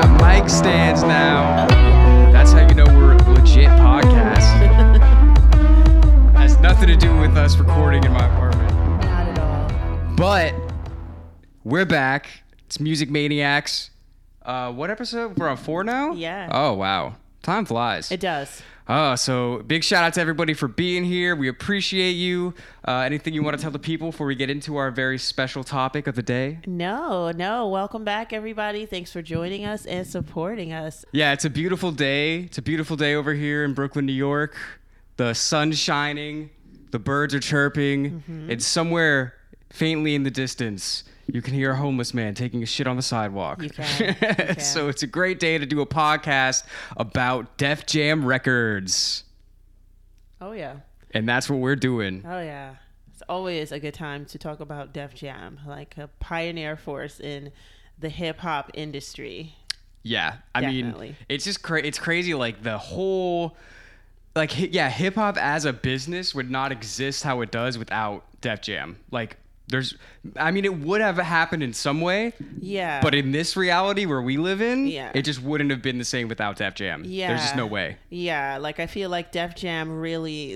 We're back. It's Music Maniacs. Uh, what episode? We're on four now? Yeah. Oh, wow. Time flies. It does. Oh, so big shout out to everybody for being here. We appreciate you. Uh, anything you want to tell the people before we get into our very special topic of the day? No, no. Welcome back, everybody. Thanks for joining us and supporting us. Yeah, it's a beautiful day. It's a beautiful day over here in Brooklyn, New York. The sun's shining, the birds are chirping, Mm-hmm. and somewhere faintly in the distance, you can hear a homeless man taking a shit on the sidewalk. You can. You can. so it's a great day to do a podcast about Def Jam Records. Oh, yeah. And that's what we're doing. Oh, yeah. It's always a good time to talk about Def Jam, like a pioneer force in the hip hop industry. Yeah, I mean, Definitely. it's just cra- it's crazy. Like the whole, like hi- yeah, hip hop as a business would not exist how it does without Def Jam. Like there's, I mean, it would have happened in some way, Yeah. but in this reality where we live in, Yeah. it just wouldn't have been the same without Def Jam. yeah. there's just no way. Yeah. Like, I feel like Def Jam really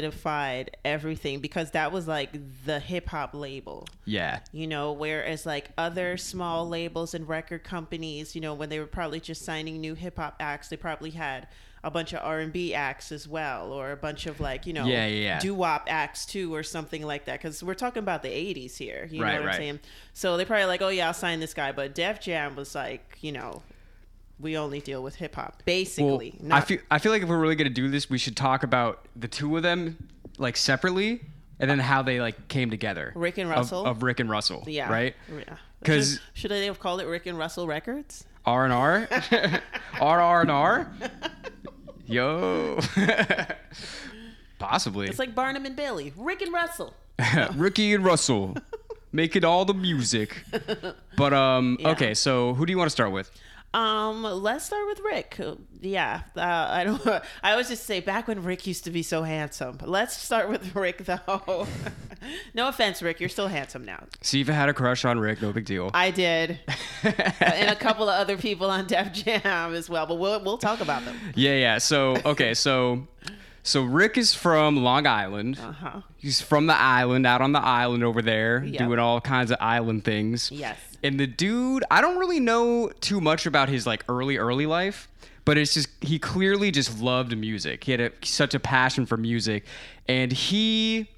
solidified everything because that was like the hip hop label. Yeah, you know whereas like other small labels and record companies you know when they were probably just signing new hip hop acts they probably had a bunch of R&B acts as well or a bunch of like you know Yeah, yeah, yeah. doo-wop acts too or something like that cuz we're talking about the 80s here you Right, know what right. I'm saying so they probably like oh yeah I'll sign this guy but Def Jam was like you know we only deal with hip hop basically Well, I feel I feel like if we're really gonna do this, we should talk about the two of them like separately, and then how they like came together. Rick and Of- Russell? of, Rick and Russell. yeah right. yeah 'Cause- should, should they have called it Rick and Russell Records R and R, R R and R. Yo, possibly it's like Barnum and Bailey Rick and Russell Ricky and Russell making all the music. But um, okay. So who do you want to start with? Um, let's start with Rick. Yeah, uh, I don't. I always just say back when Rick used to be so handsome. Let's start with Rick though. no offense, Rick, you're still handsome now. See if I had a crush on Rick. No big deal. I did, and a couple of other people on Def Jam as well. But we'll we'll talk about them. yeah, yeah. So okay, so so Rick is from Long Island. Uh huh. He's from the island, out on the island over there, Yep. doing all kinds of island things. Yes. And the dude, I don't really know too much about his like early, early life, but it's just he clearly just loved music. He had a, such a passion for music, and he,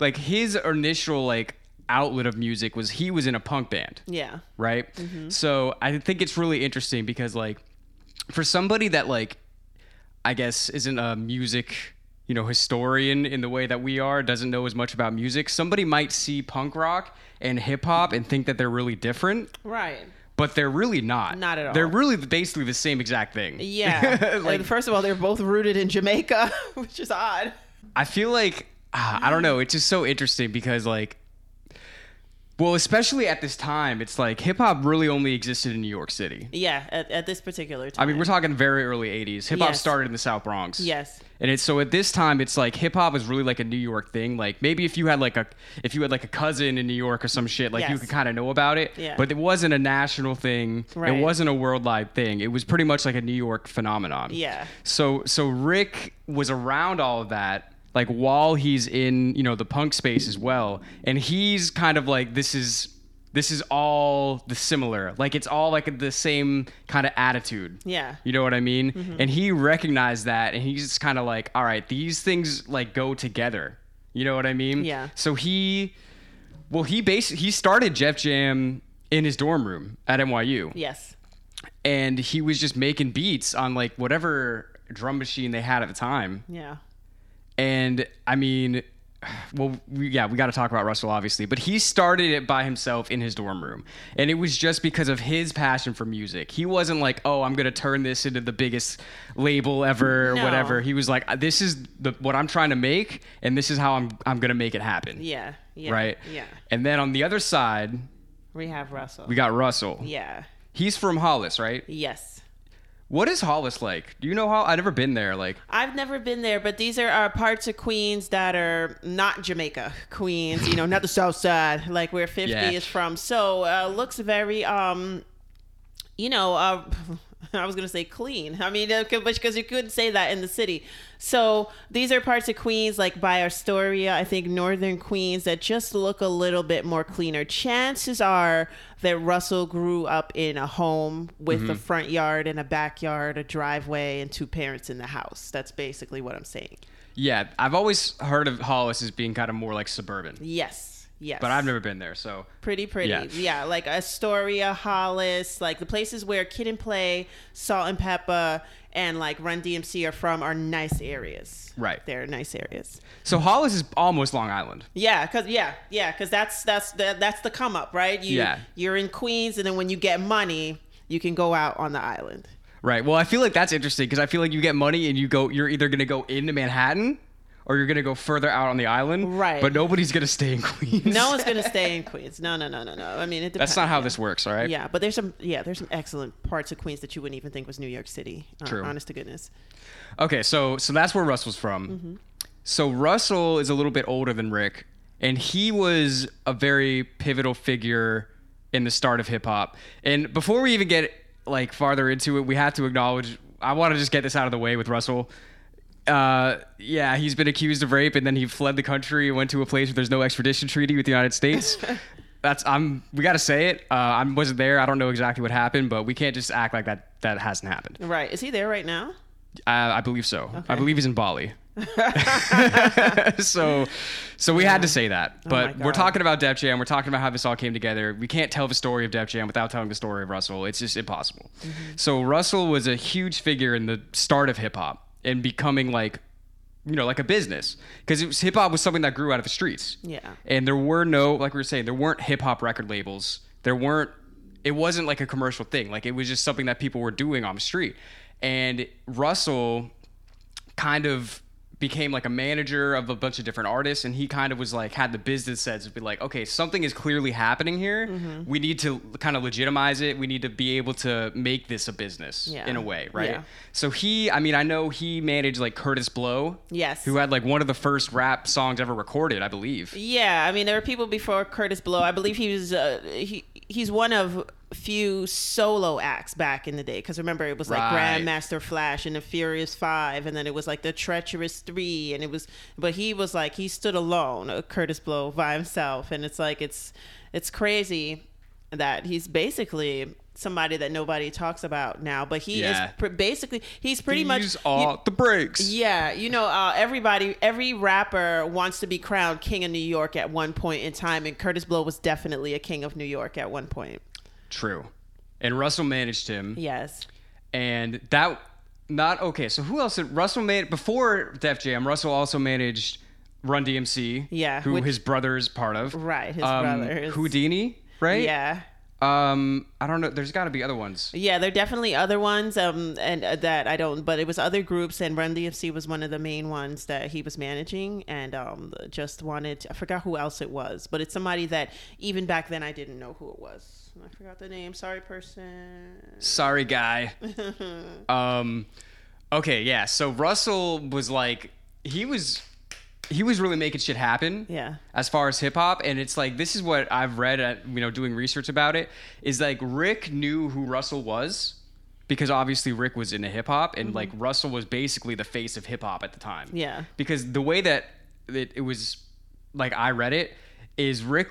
like his initial like outlet of music was he was in a punk band Yeah. right? Mm-hmm. So I think it's really interesting because like for somebody that like I guess isn't a music you know historian in the way that we are doesn't know as much about music somebody might see punk rock and hip hop and think that they're really different Right. but they're really not Not at all. they're really basically the same exact thing Yeah. Like- like, first of all, they're both rooted in Jamaica, which is odd. I feel like ah, I don't know. It's just so interesting because like, well, especially at this time, it's like hip hop really only existed in New York City. Yeah. At, at this particular I time. mean, we're talking very early '80s. Hip hop Yes. started in the South Bronx. Yes. And it's so at this time, it's like hip hop is really like a New York thing. Like maybe if you had like a if you had like a cousin in New York or some shit, like you Yes. could kind of know about it. Yeah. But it wasn't a national thing. Right. It wasn't a worldwide thing. It was pretty much like a New York phenomenon. Yeah. So so Rick was around all of that like while he's in, you know, the punk space as well. And he's kind of like this is this is all the similar. Like it's all like the same kind of attitude. Yeah. You know what I mean? And he recognized that and he's just kind of like, all right, these things like go together. You know what I mean? Yeah. So he well he bas he started Jeff Jam in his dorm room at NYU Yes. and he was just making beats on like whatever drum machine they had at the time. Yeah. And I mean, well, we, yeah, we got to talk about Russell, obviously, but he started it by himself in his dorm room. And it was just because of his passion for music. He wasn't like, oh, I'm going to turn this into the biggest label ever or No. whatever. He was like, this is the, what I'm trying to make, and this is how I'm, I'm going to make it happen. Yeah. Yeah. Right? Yeah. And then on the other side, We have Russell. we got Russell. yeah. He's from Hollis, right? Yes. What is Hollis like? Do you know how? I've never been there. Like, I've never been there, but these are our parts of Queens that are not Jamaica Queens, you know, not the South Side, like where 50 Yeah. is from. So uh, looks very, um, you know, uh, I was gonna say clean. I mean, uh, because you couldn't say that in the city. So these are parts of Queens, like by Astoria, I think northern Queens, that just look a little bit more cleaner. Chances are that Russell grew up in a home with Mm-hmm. a front yard and a backyard, a driveway, and two parents in the house. That's basically what I'm saying. Yeah, I've always heard of Hollis as being kind of more like suburban, Yes, yes. but I've never been there. So pretty pretty Yeah. yeah. like astoria hollis like the places where kid and play salt and pepper and like run dmc are from are nice areas Right. they're nice areas so Hollis is almost Long Island. yeah because yeah yeah because that's that's the, that's the come up right you, Yeah. you're in queens and then when you get money you can go out on the island Right. Well, I feel like that's interesting because I feel like you get money and you go. You're either going to go into Manhattan or you're going to go further out on the island. Right. But nobody's going to stay in Queens. no one's gonna stay in queens no no no no no i mean it depends that's not how this works. All right. yeah, but there's some yeah, there's some excellent parts of Queens that you wouldn't even think was New York City. uh, True. honest to goodness. Okay. So so that's where Russell's from. So Russell is a little bit older than Rick, and he was a very pivotal figure in the start of hip hop. And before we even get like farther into it, we have to acknowledge. I want to just get this out of the way with Russell. uh, yeah, he's been accused of rape, and then he fled the country and went to a place where there's no extradition treaty with the United States. That's I'm we gotta say it. Uh, I wasn't there. I don't know exactly what happened, but we can't just act like that that hasn't happened. Right. Is he there right now? Uh, I, I believe so. I believe he's in Bali. so, so we had to say that. But Oh my we're God. talking about Def Jam. We're talking about how this all came together. We can't tell the story of Def Jam without telling the story of Russell. It's just impossible. Mm-hmm. So Russell was a huge figure in the start of hip hop and becoming like, you know, like a business because it was hip hop was something that grew out of the streets. Yeah. And there were no, like we were saying, there weren't hip hop record labels. There weren't, it wasn't like a commercial thing. Like it was just something that people were doing on the street. And Russell kind of became like a manager of a bunch of different artists. And he kind of was like, had the business sense to be like, okay, something is clearly happening here. Mm-hmm. We need to kind of legitimize it. We need to be able to make this a business Yeah. in a way, right? Yeah. So he, I mean, I know he managed like Curtis Blow. Yes. Who had like one of the first rap songs ever recorded, I believe. Yeah, I mean, there were people before Curtis Blow. I believe he was uh, he he's one of few solo acts back in the day. Because remember, it was like Right. Grandmaster Flash and the Furious Five, and then it was like the Treacherous Three, and it was. But he was like he stood alone, uh, Curtis Blow by himself, and it's like it's it's crazy that he's basically somebody that nobody talks about now. But he Yeah. is pr- basically he's pretty These much are the breaks. Yeah, you know, uh, everybody, every rapper wants to be crowned king of New York at one point in time, and Curtis Blow was definitely a king of New York at one point. True. And Russell managed him, Yes. and that not okay. So who else? Did, Russell made before Def Jam. Russell also managed Run DMC. Yeah, who which- his brother is part of. Right, his um, brother is- Houdini. Right. Yeah. Um, I don't know. There's got to be other ones. Yeah, there are definitely other ones, um, and uh, that I don't. But it was other groups, and Run DMC was one of the main ones that he was managing, and um, just wanted. I forgot who else it was, but it's somebody that even back then I didn't know who it was. I forgot the name. Sorry, person. Sorry, guy. um, okay, yeah. So Russell was like, he was, he was really making shit happen. Yeah. As far as hip hop, and it's like this is what I've read, at, you know, doing research about it is like Rick knew who Russell was because obviously Rick was into hip hop, and like Russell was basically the face of hip hop at the time. Mm-hmm. Yeah. Because the way that it, it was, like I read it, is Rick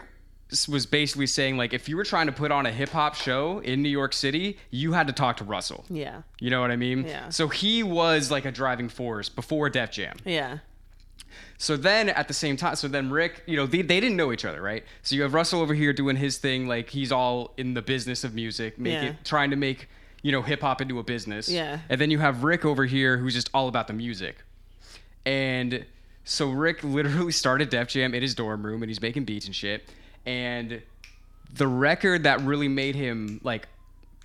s- was basically saying like if you were trying to put on a hip hop show in New York City, you had to talk to Russell. Yeah. You know what I mean? Yeah. So he was like a driving force before Def Jam. Yeah. So then at the same time, so then Rick, you know, they, they didn't know each other, right? So you have Russell over here doing his thing, like he's all in the business of music, make Yeah. it, trying to make, you know, hip hop into a business. Yeah. And then you have Rick over here who's just all about the music. And so Rick literally started Def Jam in his dorm room and he's making beats and shit. And the record that really made him like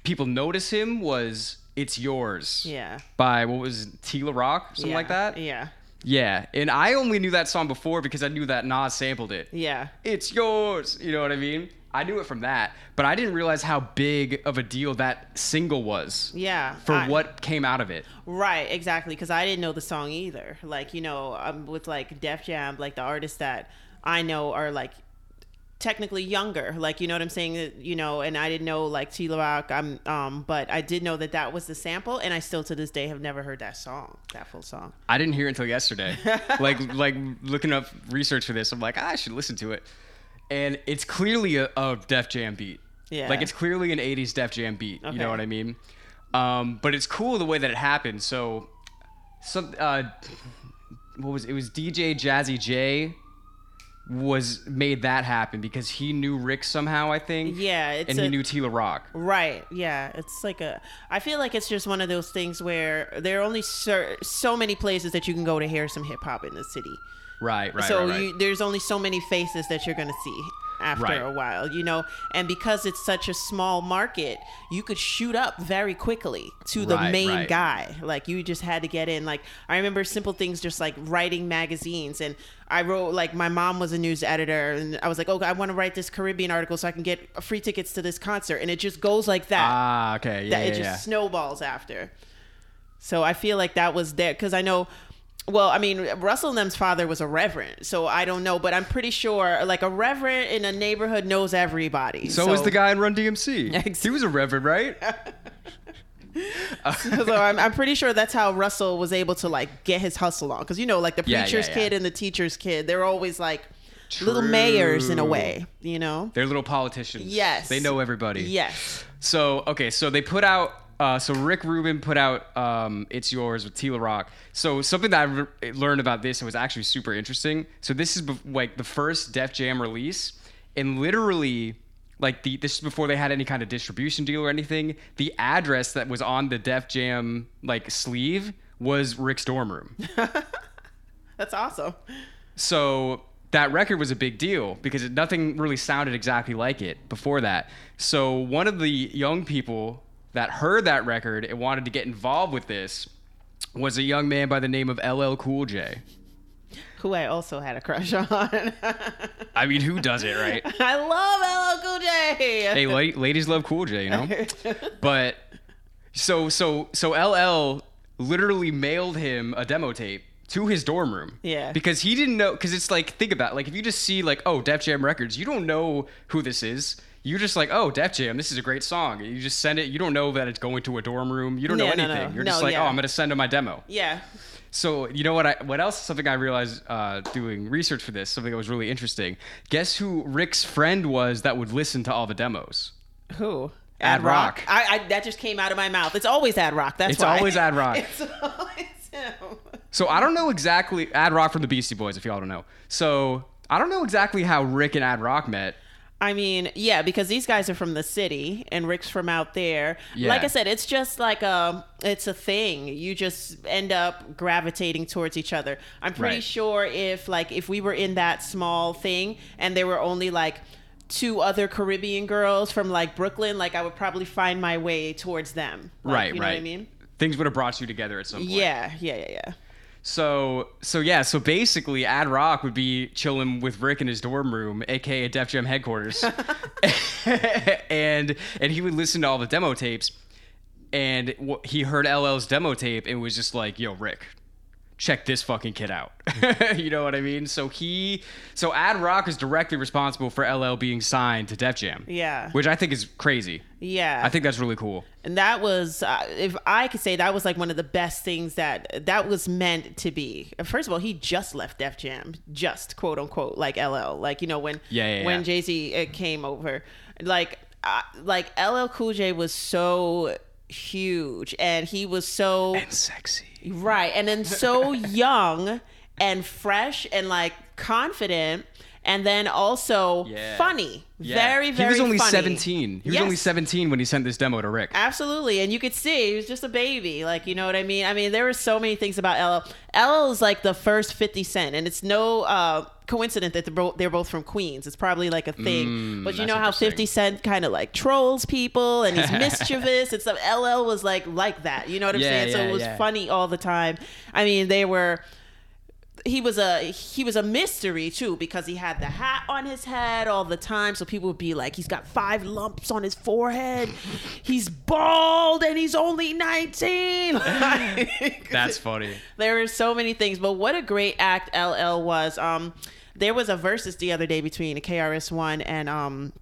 people notice him was It's Yours. Yeah. By what was it, Tila Rock, something like Yeah. that. Yeah. Yeah, and I only knew that song before because I knew that Nas sampled it. Yeah. It's yours, you know what I mean? I knew it from that, but I didn't realize how big of a deal that single was Yeah. for I- what came out of it. Right, exactly. Because I didn't know the song either. Like, you know, um, with like Def Jam, like the artists that I know are like technically younger like you know what i'm saying Uh, you know and i didn't know like tila rock i'm um but i did know that that was the sample and i still to this day have never heard that song that full song I didn't hear it until yesterday. like like looking up research for this, I'm like, "Ah, I should listen to it. And it's clearly a, a Def Jam beat. Yeah. Like it's clearly an 80s Def Jam beat. You Okay. know what I mean? Um, but it's cool the way that it happened. So some uh what was it? it was DJ Jazzy J was made that happen because he knew Rick somehow, I think. yeah it's And a, he knew Tila Rock. Right. Yeah. It's like a. I feel like it's just one of those things where there are only cer- so many places that you can go to hear some hip hop in the city. Right, right. so right, right. You, there's only so many faces that you're gonna see after Right. a while, you know. And because it's such a small market, you could shoot up very quickly to the Right, main right. guy. Like you just had to get in. Like I remember simple things, just like writing magazines, and I wrote like my mom was a news editor, and I was like, oh, I want to write this Caribbean article so I can get free tickets to this concert, and it just goes like that ah, okay. Yeah, that yeah, it just yeah. snowballs after. So I feel like that was there because I know. Well, I mean, Russell and them's father was a reverend, so I don't know, but I'm pretty sure like a reverend in a neighborhood knows everybody. So, was the guy in Run DMC. Ex- he was a reverend, right? so I'm, I'm pretty sure that's how Russell was able to like get his hustle on because you know, like the Yeah, yeah, preacher's yeah. kid and the teacher's kid, they're always like little mayors in a True. way, you know. They're little politicians. Yes. They know everybody. Yes, So, okay, so they put out, uh, so Rick Rubin put out um, It's Yours with Tila Rock. So, something that I re- learned about this and was actually super interesting. So, this is bef- like the first Def Jam release, and literally, like, the, this is before they had any kind of distribution deal or anything. The address that was on the Def Jam, like, sleeve was Rick's dorm room. that's awesome. So that record was a big deal because it, nothing really sounded exactly like it before that. So one of the young people that heard that record and wanted to get involved with this was a young man by the name of LL Cool J. Who I also had a crush on. I mean, who does it, right? I love LL Cool J. hey, la- ladies love Cool J, you know. But so so so LL literally mailed him a demo tape to his dorm room. Yeah. Because he didn't know. Because it's like think about it, like if you just see like oh Def Jam Records, you don't know who this is. You're just like, oh, Def Jam, this is a great song. You just send it. You don't know that it's going to a dorm room. You don't know No, no, anything. no. You're No, just like, yeah. oh, I'm gonna send him my demo. Yeah. So you know what? I what else? Something I realized uh, doing research for this. Something that was really interesting. Guess who Rick's friend was that would listen to all the demos? Who? Ad Rock. I, I that just came out of my mouth. It's always Ad Rock. That's It's why. always Ad Rock. it's always him. So I don't know exactly Ad Rock from the Beastie Boys, if y'all don't know. So I don't know exactly how Rick and Ad Rock met. I mean, yeah, because these guys are from the city and Rick's from out there. Yeah. Like I said, it's just like a it's a thing. You just end up gravitating towards each other. I'm pretty Right. sure if like if we were in that small thing and there were only like two other Caribbean girls from like Brooklyn, like I would probably find my way towards them. Like, right, You know right. what I mean? Things would have brought you together at some point. Yeah, yeah, yeah, yeah. So so yeah, so basically Ad Rock would be chilling with Rick in his dorm room, aka Def Jam headquarters. and and he would listen to all the demo tapes and wh- he heard LL's demo tape and was just like, "Yo, Rick, check this fucking kid out." you know what I mean? So he so Ad Rock is directly responsible for LL being signed to Def Jam. Yeah. Which I think is crazy. Yeah. I think that's really cool. and that was uh, if i could say that was like one of the best things that that was meant to be first of all he just left def jam just quote unquote like ll like you know when Yeah, yeah, when yeah. jay-z uh, came over like uh, like ll cool j was so huge and he was so And sexy. Right. And then so young and fresh and like confident. And then also Yeah. funny. Yeah. Very, very He was only funny. 17. He was Yes. only 17 when he sent this demo to Rick. Absolutely. And you could see he was just a baby. Like, you know what I mean? I mean, there were so many things about LL. LL is like the first 50 Cent. And it's no uh, coincidence that they're both, they're both from Queens. It's probably like a thing. but you Mm, that's know how interesting. 50 Cent kind of like trolls people and he's mischievous. It's LL was like like that. You know what I'm Yeah, saying? so yeah, it was yeah. funny all the time. I mean, they were he was a he was a mystery too because he had the hat on his head all the time so people would be like he's got five lumps on his forehead he's bald and he's only 19 Like, That's funny. there were so many things but what a great act ll was um There was a versus the other day between KRS One and um.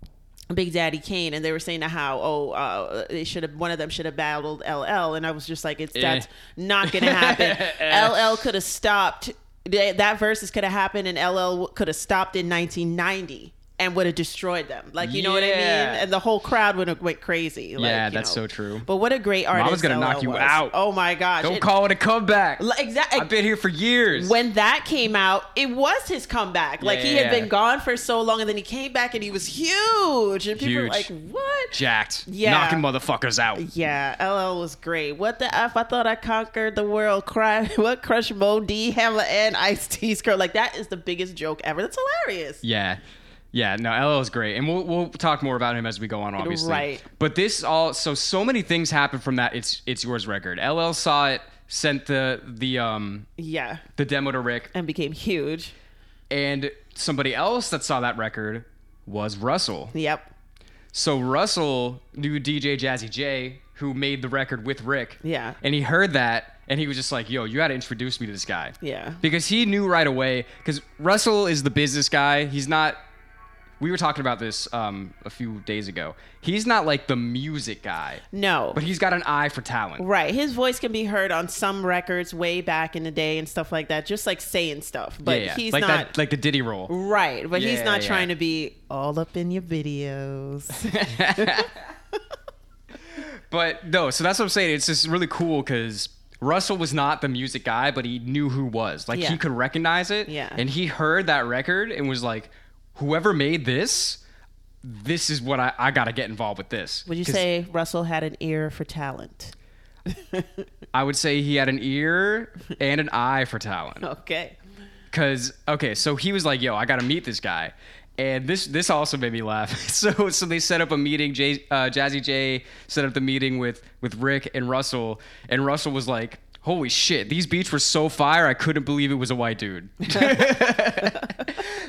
Big Daddy Kane, and they were saying how oh uh, they should have one of them should have battled LL, and I was just like, it's that's Eh. not gonna happen. LL could have stopped th- that versus could have happened, and LL could have stopped in 1990 and would have destroyed them. Like you know what I mean? Yeah. And the whole crowd would have went crazy. Like, Yeah, you that's know. so true. But what a great artist! gonna LL knock you was. out. Oh my gosh! Don't It- call it a comeback. Like, exactly. I've been here for years. When that came out, it was his comeback. Like he had Yeah. been gone for so long, and then he came back and he was huge. And people were Huge. like, "What?" Jacked. Yeah. Knocking motherfuckers out. Yeah, LL was great. What the F? I thought I conquered the world. Cry. What crush Mo D, Hammer, and Ice T's girl. Like, that is the biggest joke ever. That's hilarious. Yeah. Yeah, no, LL is great. And we'll, we'll talk more about him as we go on, obviously. Right. But this all so so many things happened from that it's it's yours record. LL saw it, sent the the um Yeah. the demo to Rick, And became huge. and somebody else that saw that record was Russell. Yep. So Russell knew DJ Jazzy J, who made the record with Rick. Yeah. And he heard that and he was just like, yo, you gotta introduce me to this guy. Yeah. Because he knew right away, because Russell is the business guy. He's not we were talking about this um, a few days ago. He's not like the music guy, No. but he's got an eye for talent. Right. His voice can be heard on some records way back in the day and stuff like that, just like saying stuff. But Yeah, yeah. he's like not. that, like the Diddy role. Right, but he's Yeah, not yeah. trying to be all up in your videos. But no, so that's what I'm saying. It's just really cool because Russell was not the music guy, but he knew who was. Like Yeah. he could recognize it. Yeah. And he heard that record and was like, whoever made this, this is what I, I got to get involved with this. Would you 'Cause say Russell had an ear for talent? I would say he had an ear and an eye for talent. Okay. Cause okay, so he was like, "Yo, I gotta meet this guy," and this this also made me laugh. So so they set up a meeting. Jay, uh, Jazzy J set up the meeting with with Rick and Russell, and Russell was like, "Holy shit, these beats were so fire! I couldn't believe it was a white dude."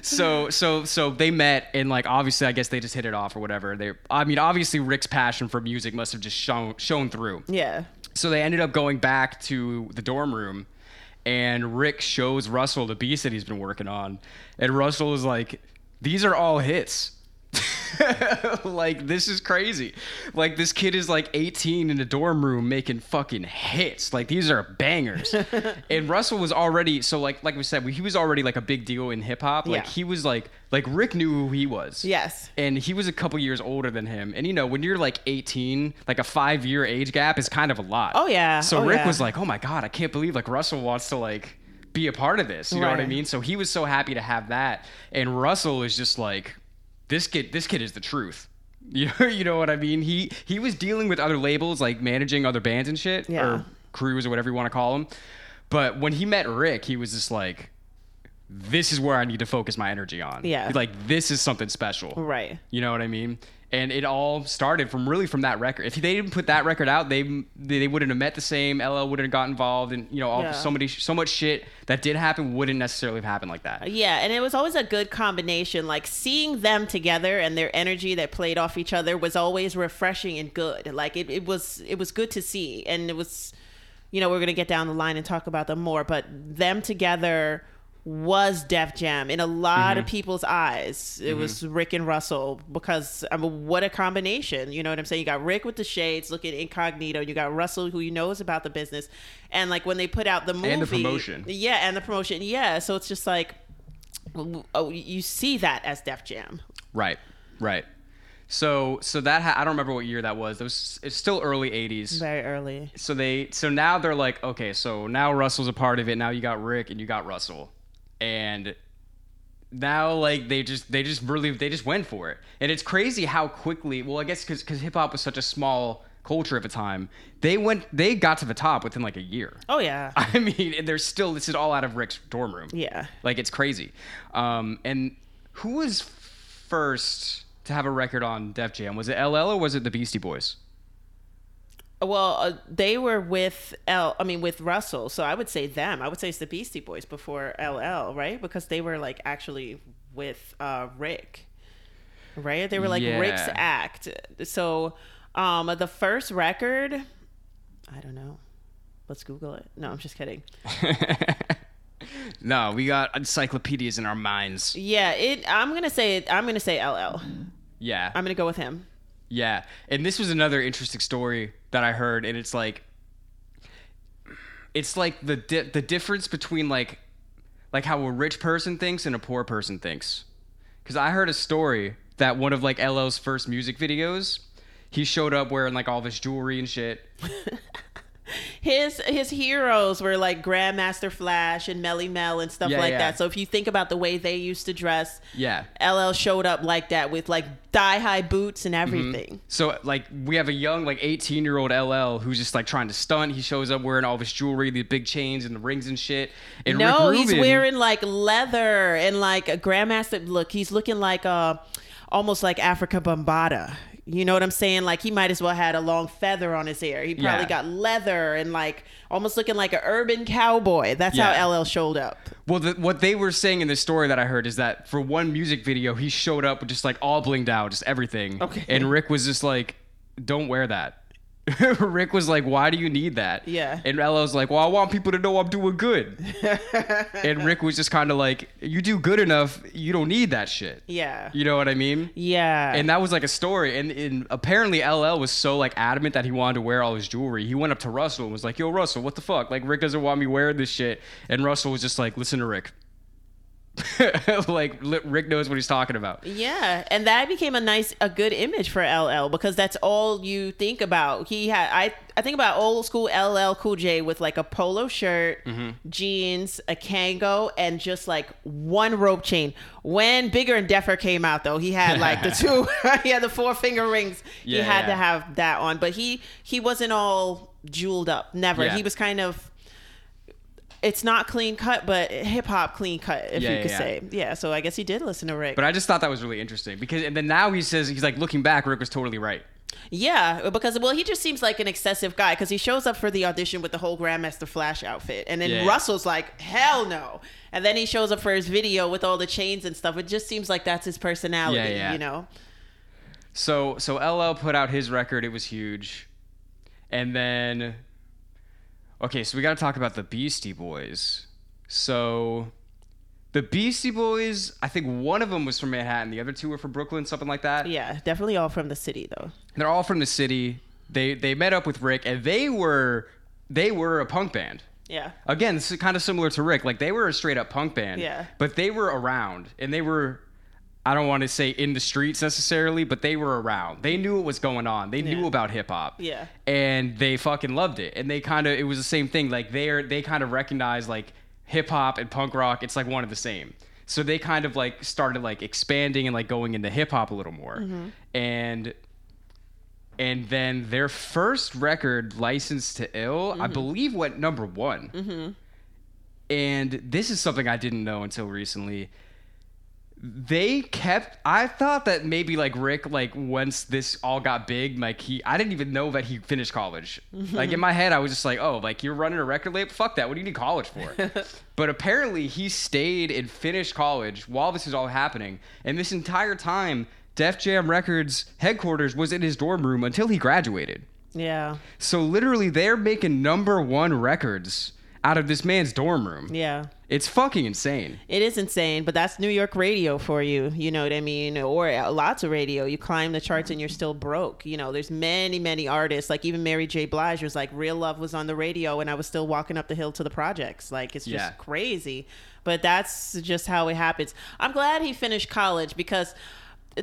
so so so they met, and like obviously, I guess they just hit it off or whatever. They, I mean, obviously, Rick's passion for music must have just shown shown through. Yeah. So they ended up going back to the dorm room, and Rick shows Russell the beats that he's been working on, and Russell is like, "These are all hits." like this is crazy. Like this kid is like 18 in a dorm room making fucking hits. Like these are bangers. and Russell was already so like like we said he was already like a big deal in hip hop. Like Yeah. he was like like Rick knew who he was Yes. and he was a couple years older than him. And you know, when you're like 18, like a five year age gap is kind of a lot. Oh, yeah. So Oh, Rick yeah. was like, "Oh my god, I can't believe like Russell wants to like be a part of this." You know what I Right. mean? So he was so happy to have that. And Russell is just like, "This kid, this kid is the truth." You know, you know what I mean? He he was dealing with other labels, like managing other bands and shit, Yeah. or crews or whatever you want to call them. But when he met Rick, he was just like. This is where I need to focus my energy on. Yeah. Like, this is something special. Right. You know what I mean? And it all started from really from that record. If they didn't put that record out, they they, they wouldn't have met the same. LL wouldn't have got involved, and you know, all Yeah. so many so much shit that did happen wouldn't necessarily have happened like that. Yeah, and it was always a good combination. Like seeing them together and their energy that played off each other was always refreshing and good. Like it, it was it was good to see and it was you know, we're gonna get down the line and talk about them more, but them together was Def Jam in a lot of people's eyes. It was Rick and Russell because I mean, what a combination. You know what I'm saying? You got Rick with the shades looking incognito. You got Russell who you know is about the business. And like when they put out the movie And the promotion. Yeah, and the promotion. Yeah. So it's just like oh, you see that as Def Jam. Right, right. So so that ha- I don't remember what year that was. It was it's still early '80s. Very early. so they so now they're like okay so now russell's a part of it now you got rick and you got russell and now like they just they just really they just went for it and it's crazy how quickly well i guess because hip-hop was such a small culture at the time they went they got to the top within like a year Oh yeah. i mean and they're still this is all out of rick's dorm room Yeah. like it's crazy um and who was first to have a record on def jam was it ll or was it the beastie boys Well, uh, they were with L. I mean, with Russell. So I would say them. I would say it's the Beastie Boys before LL, right? Because they were like actually with uh, Rick, right? They were like Yeah. Rick's act. So um, the first record, I don't know. Let's Google it. No, I'm just kidding. No, we got encyclopedias in our minds. Yeah, it. I'm gonna say it. I'm gonna say LL. Yeah. I'm gonna go with him. Yeah. And this was another interesting story that I heard and it's like it's like the di- the difference between like like how a rich person thinks and a poor person thinks. Cuz I heard a story that one of like LL's first music videos, he showed up wearing like all of his jewelry and shit. His his heroes were like Grandmaster Flash and Melly Mel and stuff Yeah, like yeah. that. So if you think about the way they used to dress, Yeah. LL showed up like that with like thigh high boots Mm-hmm. and everything. So like we have a young like 18 year old LL who's just like trying to stunt. He shows up wearing all of his jewelry, the big chains and the rings and shit. And No, Rick he's Rubin- wearing like leather and like a grandmaster look. He's looking like uh almost like Africa Bombata. You know what I'm saying? Like he might as well had a long feather on his hair. He probably Yeah. got leather and like almost looking like an urban cowboy. That's Yeah. how LL showed up. Well, the, what they were saying in the story that I heard is that for one music video, he showed up with just like all blinged out, just everything. Okay. And Rick was just like, "Don't wear that." Rick was like, "Why do you need that?" Yeah. And LL was like, "Well, I want people to know I'm doing good." and Rick was just kind of like, "You do good enough. You don't need that shit." Yeah. You know what I mean? Yeah. And that was like a story. And, and apparently LL was so like adamant that he wanted to wear all his jewelry. He went up to Russell and was like, Yo, Russell, what the fuck? Like Rick doesn't want me wearing this shit. And Russell was just like, Listen to Rick. like li- Rick knows what he's talking about. Yeah, and that became a nice, a good image for LL because that's all you think about. He had I, I think about old school LL Cool J with like a polo shirt, Mm-hmm. jeans, a Kango, and just like one rope chain. When Bigger and Deffer came out, though, he had like the two, he had the four finger rings. he Yeah, had to yeah. have that on, but he he wasn't all jeweled up. Never. Yeah. He was kind of. It's not clean cut, but hip hop clean cut, if Yeah, you yeah, could yeah. say. Yeah, so I guess he did listen to Rick. But I just thought that was really interesting because and then now he says he's like looking back, Rick was totally right. Yeah, because well, he just seems like an excessive guy because he shows up for the audition with the whole Grandmaster Flash outfit, and then Yeah. Russell's like, "Hell no!" And then he shows up for his video with all the chains and stuff. It just seems like that's his personality, Yeah, yeah. you know? So so LL put out his record, it was huge. And then Okay, so we got to talk about the Beastie Boys. So the Beastie Boys, I think one of them was from Manhattan, the other two were from Brooklyn, something like that. Yeah, definitely all from the city though. They're all from the city. They they met up with Rick and they were they were a punk band. Yeah, Again, this is kind of similar to Rick. Like they were a straight up punk band. Yeah. But they were around and they were I don't want to say in the streets necessarily, but they were around. They knew what was going on. They knew Yeah. about hip hop. Yeah. And they fucking loved it. And they kind of it was the same thing. Like they are they kind of recognized like hip hop and punk rock, it's like one of the same. So they kind of like started like expanding and like going into hip hop a little more. Mm-hmm. And and then their first record, "Licensed to Ill, Mm-hmm. I believe went number one. And this is something I didn't know until recently. They kept. I thought that maybe like Rick, like once this all got big, like he. I didn't even know that he finished college. Like in my head, I was just like, oh, like you're running a record label. Fuck that. What do you need college for? but apparently, he stayed and finished college while this is all happening. And this entire time, Def Jam Records headquarters was in his dorm room until he graduated. yeah, So literally, they're making number one records out of this man's dorm room. yeah. It's fucking insane. It is insane, but that's New York radio for you. You know what I mean? Or uh, lots of radio. You climb the charts and you're still broke. You know, there's many, many artists. Like even Mary J. Blige was like, "Real Love" was on the radio, and I was still walking up the hill to the projects. Like it's just Yeah. crazy. But that's just how it happens. I'm glad he finished college because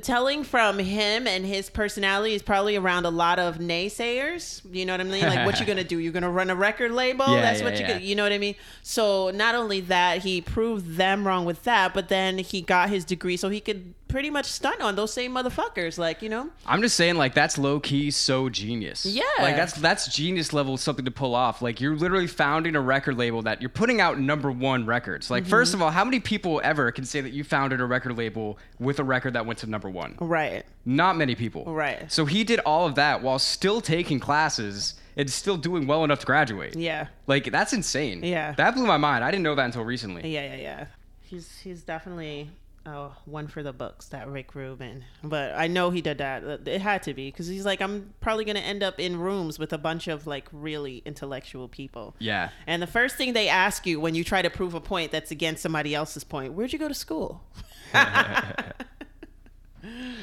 telling from him and his personality is probably around a lot of naysayers. You know what I mean? Like, what you gonna do? You're gonna run a record label? Yeah, Oh, that's yeah, what you yeah. could, you know what I mean? So not only that, he proved them wrong with that, but then he got his degree so he could pretty much stunt on those same motherfuckers, like, you know? I'm just saying, like, that's low key so genius. Yeah. Like, that's that's genius level something to pull off. Like, you're literally founding a record label that you're putting out number one records. Like, first Mm-hmm. of all, how many people ever can say that you founded a record label with a record that went to number one? Right. Not many people. Right. So he did all of that while still taking classes and still doing well enough to graduate. Yeah. Like, that's insane. Yeah. That blew my mind. I didn't know that until recently. Yeah, yeah, yeah. He's he's definitely Oh, one for the books, that Rick Rubin. But I know he did that. It had to be because he's like, I'm probably going to end up in rooms with a bunch of like really intellectual people. Yeah. And the first thing they ask you when you try to prove a point that's against somebody else's point, where'd you go to school?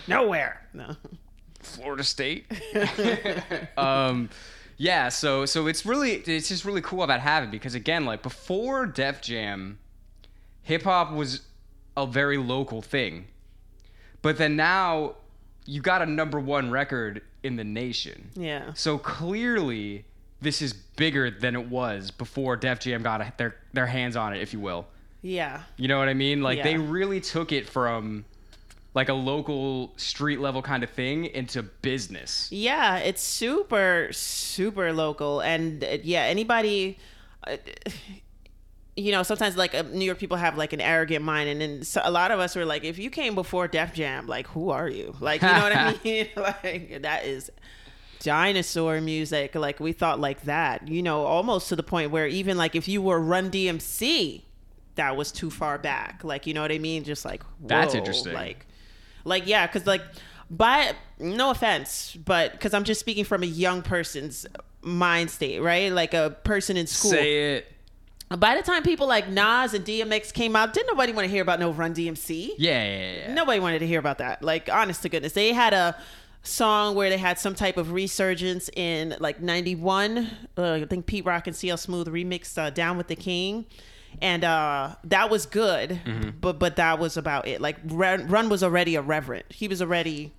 Nowhere. No. Florida State. um, yeah, so so it's really it's just really cool about having because again, like before Def Jam, hip hop was a very local thing, but then now you got a number one record in the nation. Yeah. So clearly, this is bigger than it was before Def Jam got their their hands on it, if you will. Yeah. You know what I mean? Like they Yeah. really took it from like a local street level kind of thing into business. Yeah, it's super, super local. And uh, yeah, anybody, uh, you know, sometimes like uh, New York people have like an arrogant mind. And then so a lot of us were like, if you came before Def Jam, like, who are you? Like, you know what I mean? like, that is dinosaur music. Like, we thought like that, you know, almost to the point where even like if you were Run DMC, that was too far back. Like, you know what I mean? Just like, That's whoa, interesting. Like, like yeah because like by no offense but because i'm just speaking from a young person's mind state right like a person in school Say it. by the time people like nas and dmx came out didn't nobody want to hear about no run dmc Yeah, yeah, yeah. nobody wanted to hear about that like honest to goodness they had a song where they had some type of resurgence in like 91 uh, i think pete rock and cl smooth remixed uh, down with the king and uh, that was good Mm-hmm. but but that was about it like run, run was already irreverent he was already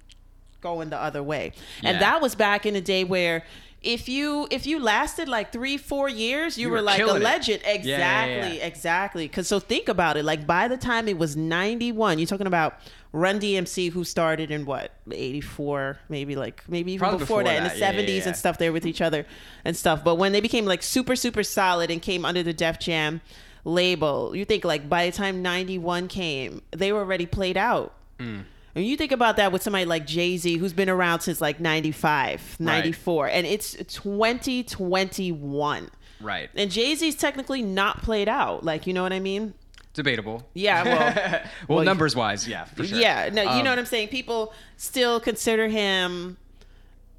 going the other way and Yeah. that was back in the day where if you if you lasted like three four years you, You were, were like a killing it. legend Yeah, exactly yeah, yeah. exactly because so think about it like by the time it was 91 you're talking about run dmc who started in what 84 maybe like maybe even Probably before, before that, in that, the yeah, yeah, 70s yeah. and stuff they were with each other and stuff but when they became like super super solid and came under the def jam label you think like by the time 91 came they were already played out Mm. and you think about that with somebody like jay-z who's been around since like 95 94 and it's 2021 Right. and Jay Z's technically not played out. Like, you know what I mean? Debatable. Yeah, well, well, well, numbers wise, yeah, for sure. yeah. No, you Um, know what I'm saying. People still consider him,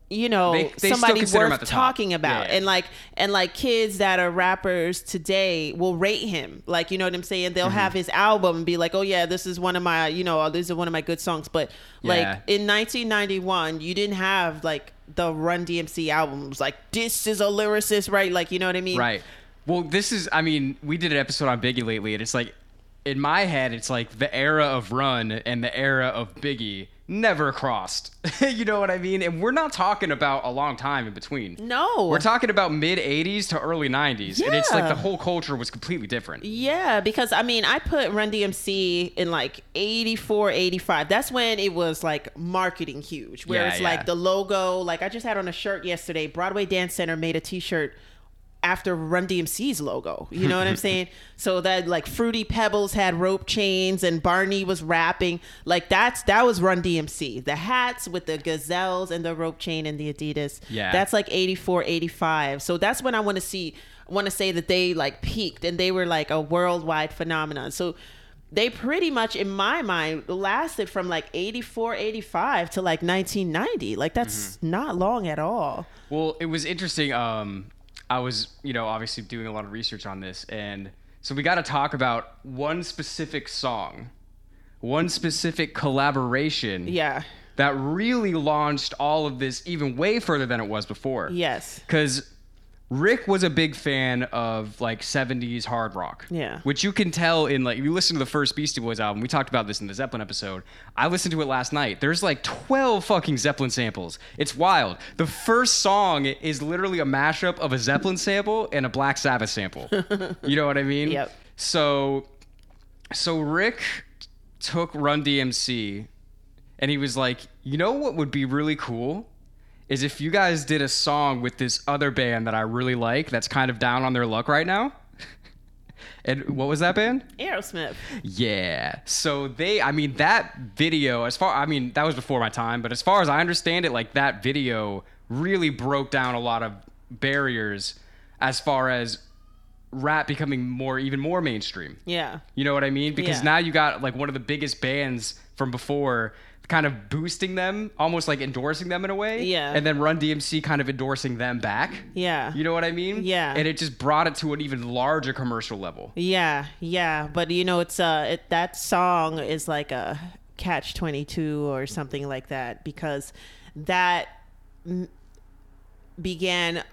you know, They- they still somebody consider him worth at the top. talking about, Yeah, yeah. and like, and like kids that are rappers today will rate him. Like, you know what I'm saying? They'll Mm-hmm. have his album and be like, oh yeah, this is one of my, you know, these are one of my good songs. But like Yeah. in 1991, you didn't have like the Run DMC albums. Like, this is a lyricist, right? Like, you know what I mean? Right. Well, this is, I mean, we did an episode on Biggie lately, and it's like, in my head, it's like the era of Run and the era of Biggie never crossed. you know what I mean? And we're not talking about a long time in between. No, We're talking about mid 80s to early 90s, and it's like Yeah. E the whole culture was completely different. Yeah, because I mean, I put Run DMC in like 84, 85. That's when it was like marketing huge, where Yeah, it's yeah. like the logo. Like I just had on a shirt yesterday. Broadway Dance Center made a t shirt after Run DMC's logo. You know what I'm saying? So that like Fruity Pebbles had rope chains and Barney was rapping. Like that's that was Run DMC. The hats with the gazelles and the rope chain and the Adidas. Yeah. That's like 84, 85. So that's when I want to see, want to say that they like peaked and they were like a worldwide phenomenon. So they pretty much, in my mind, lasted from like 84, 85 to like 1990. Like that's not long at all. Well, it was interesting. Um, I was, you know, obviously doing a lot of research on this, and so we got to talk about one specific song, one specific collaboration Yeah. that really launched all of this even way further than it was before. Yes. Because Rick was a big fan of like 70s hard rock. Yeah. Which you can tell in like, if you listen to the first Beastie Boys album, we talked about this in the Zeppelin episode. I listened to it last night. There's like 12 fucking Zeppelin samples. It's wild. The first song is literally a mashup of a Zeppelin sample and a Black Sabbath sample. you know what I mean? Yep. So, so Rick took Run DMC and he was like, you know what would be really cool? is if you guys did a song with this other band that I really like that's kind of down on their luck right now. and what was that band? Aerosmith. Yeah. So they I mean that video as far I mean that was before my time, but as far as I understand it like that video really broke down a lot of barriers as far as rap becoming more even more mainstream. Yeah. You know what I mean? Because Yeah. now you got like one of the biggest bands from before kind of boosting them, almost like endorsing them in a way. Yeah. And then Run DMC kind of endorsing them back. Yeah. You know what I mean? Yeah. And it just brought it to an even larger commercial level. Yeah, yeah, but you know, it's uh, it, that song is like a catch twenty two or something like that because that m- began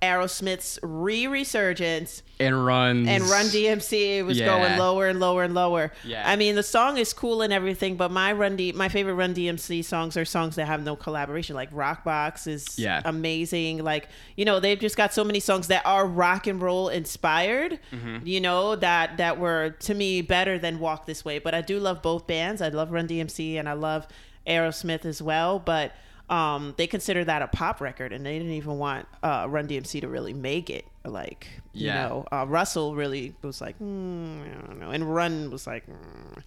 Aerosmith's re-resurgence And runs. and Run DMC was Yeah. going lower and lower and lower. Yeah. I mean the song is cool and everything, but my Run D, my favorite Run DMC songs are songs that have no collaboration. Like Rockbox is Yeah. amazing. Like you know they've just got so many songs that are rock and roll inspired. You know that that were to me better than Walk This Way. But I do love both bands. I love Run DMC and I love Aerosmith as well. But um, they consider that a pop record, and they didn't even want uh, Run DMC to really make it. Like, Yeah. you know, uh, Russell really was like, mm, I don't know. And Run was like, mm.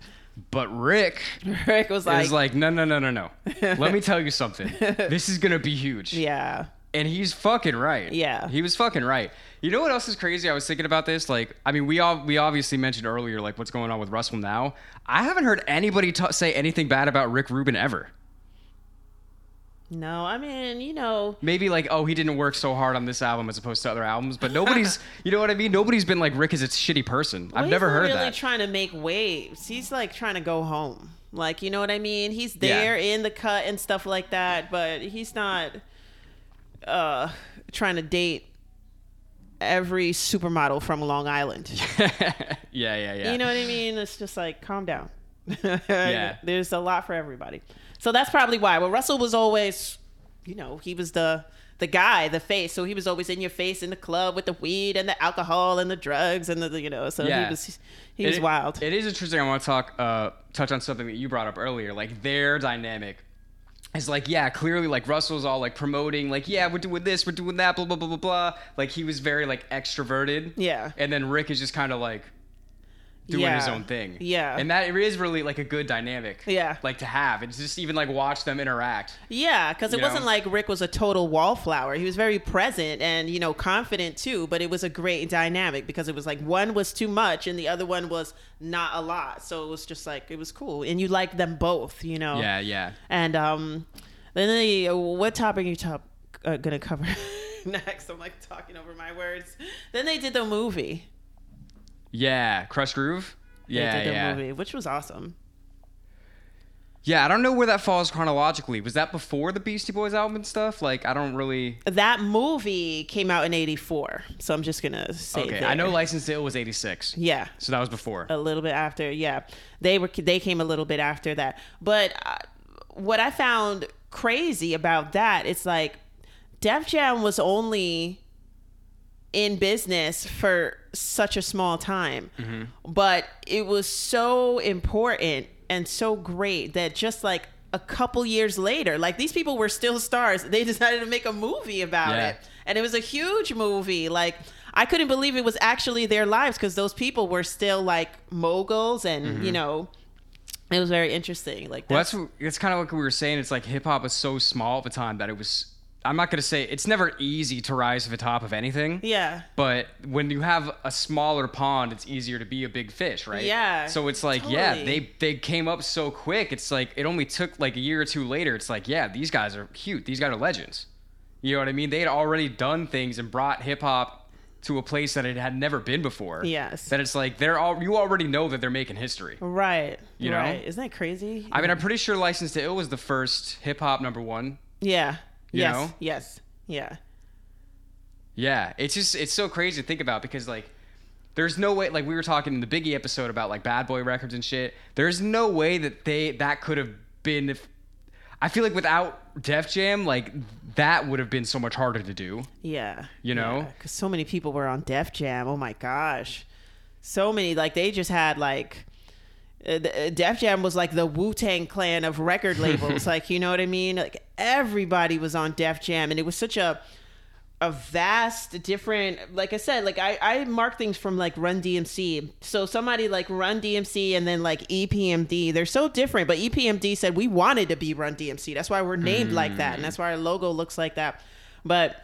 But Rick Rick was is like, like, no, no, no, no, no. Let me tell you something. This is going to be huge. yeah, and he's fucking right. Yeah. he was fucking right. You know what else is crazy? I was thinking about this. Like, I mean, we all we obviously mentioned earlier, like what's going on with Russell now. I haven't heard anybody ta say anything bad about Rick Rubin ever. no, I mean, you know, Maybe like, oh, he didn't work so hard on this album as opposed to other albums, but nobody's, you know what I mean? Nobody's been like Rick is a shitty person. I've he's never not heard really that. trying to make waves. He's like trying to go home. Like, you know what I mean? He's there in the cut and stuff like that, but he's not uh, trying to date every supermodel from Long Island. yeah, yeah, yeah. You know what I mean? It's just like calm down. Yeah. There's a lot for everybody. So that's probably why. Well, Russell was always, you know, he was the the guy, the face. So he was always in your face in the club with the weed and the alcohol and the drugs and the you know. So Yeah. he was he It- was wild. It is interesting. I want to talk, uh, touch on something that you brought up earlier, like their dynamic. is like, yeah, clearly, like Russell's all like promoting, like, yeah, we're doing this, we're doing that, blah blah blah blah blah. Like he was very like extroverted. Yeah. And then Rick is just kind of like doing his Yeah. own thing. Yeah. And that is really like a good dynamic. Yeah. Like to have. It's just even like watch them interact. Yeah, because it You wasn't know? like Rick was a total wallflower. He was very present and you know confident too, but it was a great dynamic because it was like one was too much and the other one was not a lot. So it was just like it was cool, and you liked them both, you know. Yeah, yeah. And um, then the, what topic are you top, uh, gonna cover next? I'm like talking over my words. Then they did the movie. Yeah. Crush Groove. Yeah, they did the yeah. movie, which was awesome. Yeah, I don't know where that falls chronologically. Was that before the Beastie Boys album and stuff? Like, I don't really That movie came out in '84, so I'm just gonna say. Okay, there. I know License to Ill was 86. Yeah. Oh, So that was before. a little bit after yeah they were they came a little bit after that but uh, what i found crazy about that it's like def jam was only in business for such a small time Mm-hmm. but it was so important and so great that just like a couple years later like these people were still stars they decided to make a movie about Yeah. it and it was a huge movie like i couldn't believe it was actually their lives because those people were still like moguls and you know it was very interesting like Mm-hmm. Well, that's, that's what- that's kind of what we were saying. It's like hip hop was so small at the time that it was. I'm not gonna say it's never easy to rise to the top of anything. yeah But when you have a smaller pond, it's easier to be a big fish, right? Yeah, So it's like, yeah, totally. they they came up so quick. It's like it only took like a year or two later. It's like, yeah, these guys are cute. These guys are legends. You know what I mean? They had already done things and brought hip hop to a place that it had never been before. Yes. That it's like they're all you already know that they're making history. right You know? right isn't that crazy I mean, I'm pretty sure License to Ill was the first hip hop number one. yeah You yes know? yes yeah Yeah, it's just it's so crazy to think about because like there's no way like we were talking in the Biggie episode about like Bad Boy Records and shit. There's no way that they that could have been if I feel like without Def Jam, like that would have been so much harder to do. Yeah. You know? Because so many people were on Def Jam. Oh my gosh. So many. Like, they just had, like, uh, the- uh, Def Jam was like the Wu Tang clan of record labels. like, you know what I mean? Like, everybody was on Def Jam, and it was such a. A vast different, like I said, like I, I mark things from like Run DMC. So somebody like Run DMC and then like E EPMD, they're so different. But E EPMD said we wanted to be Run DMC. That's why we're named like that, and that's why our logo looks like that. But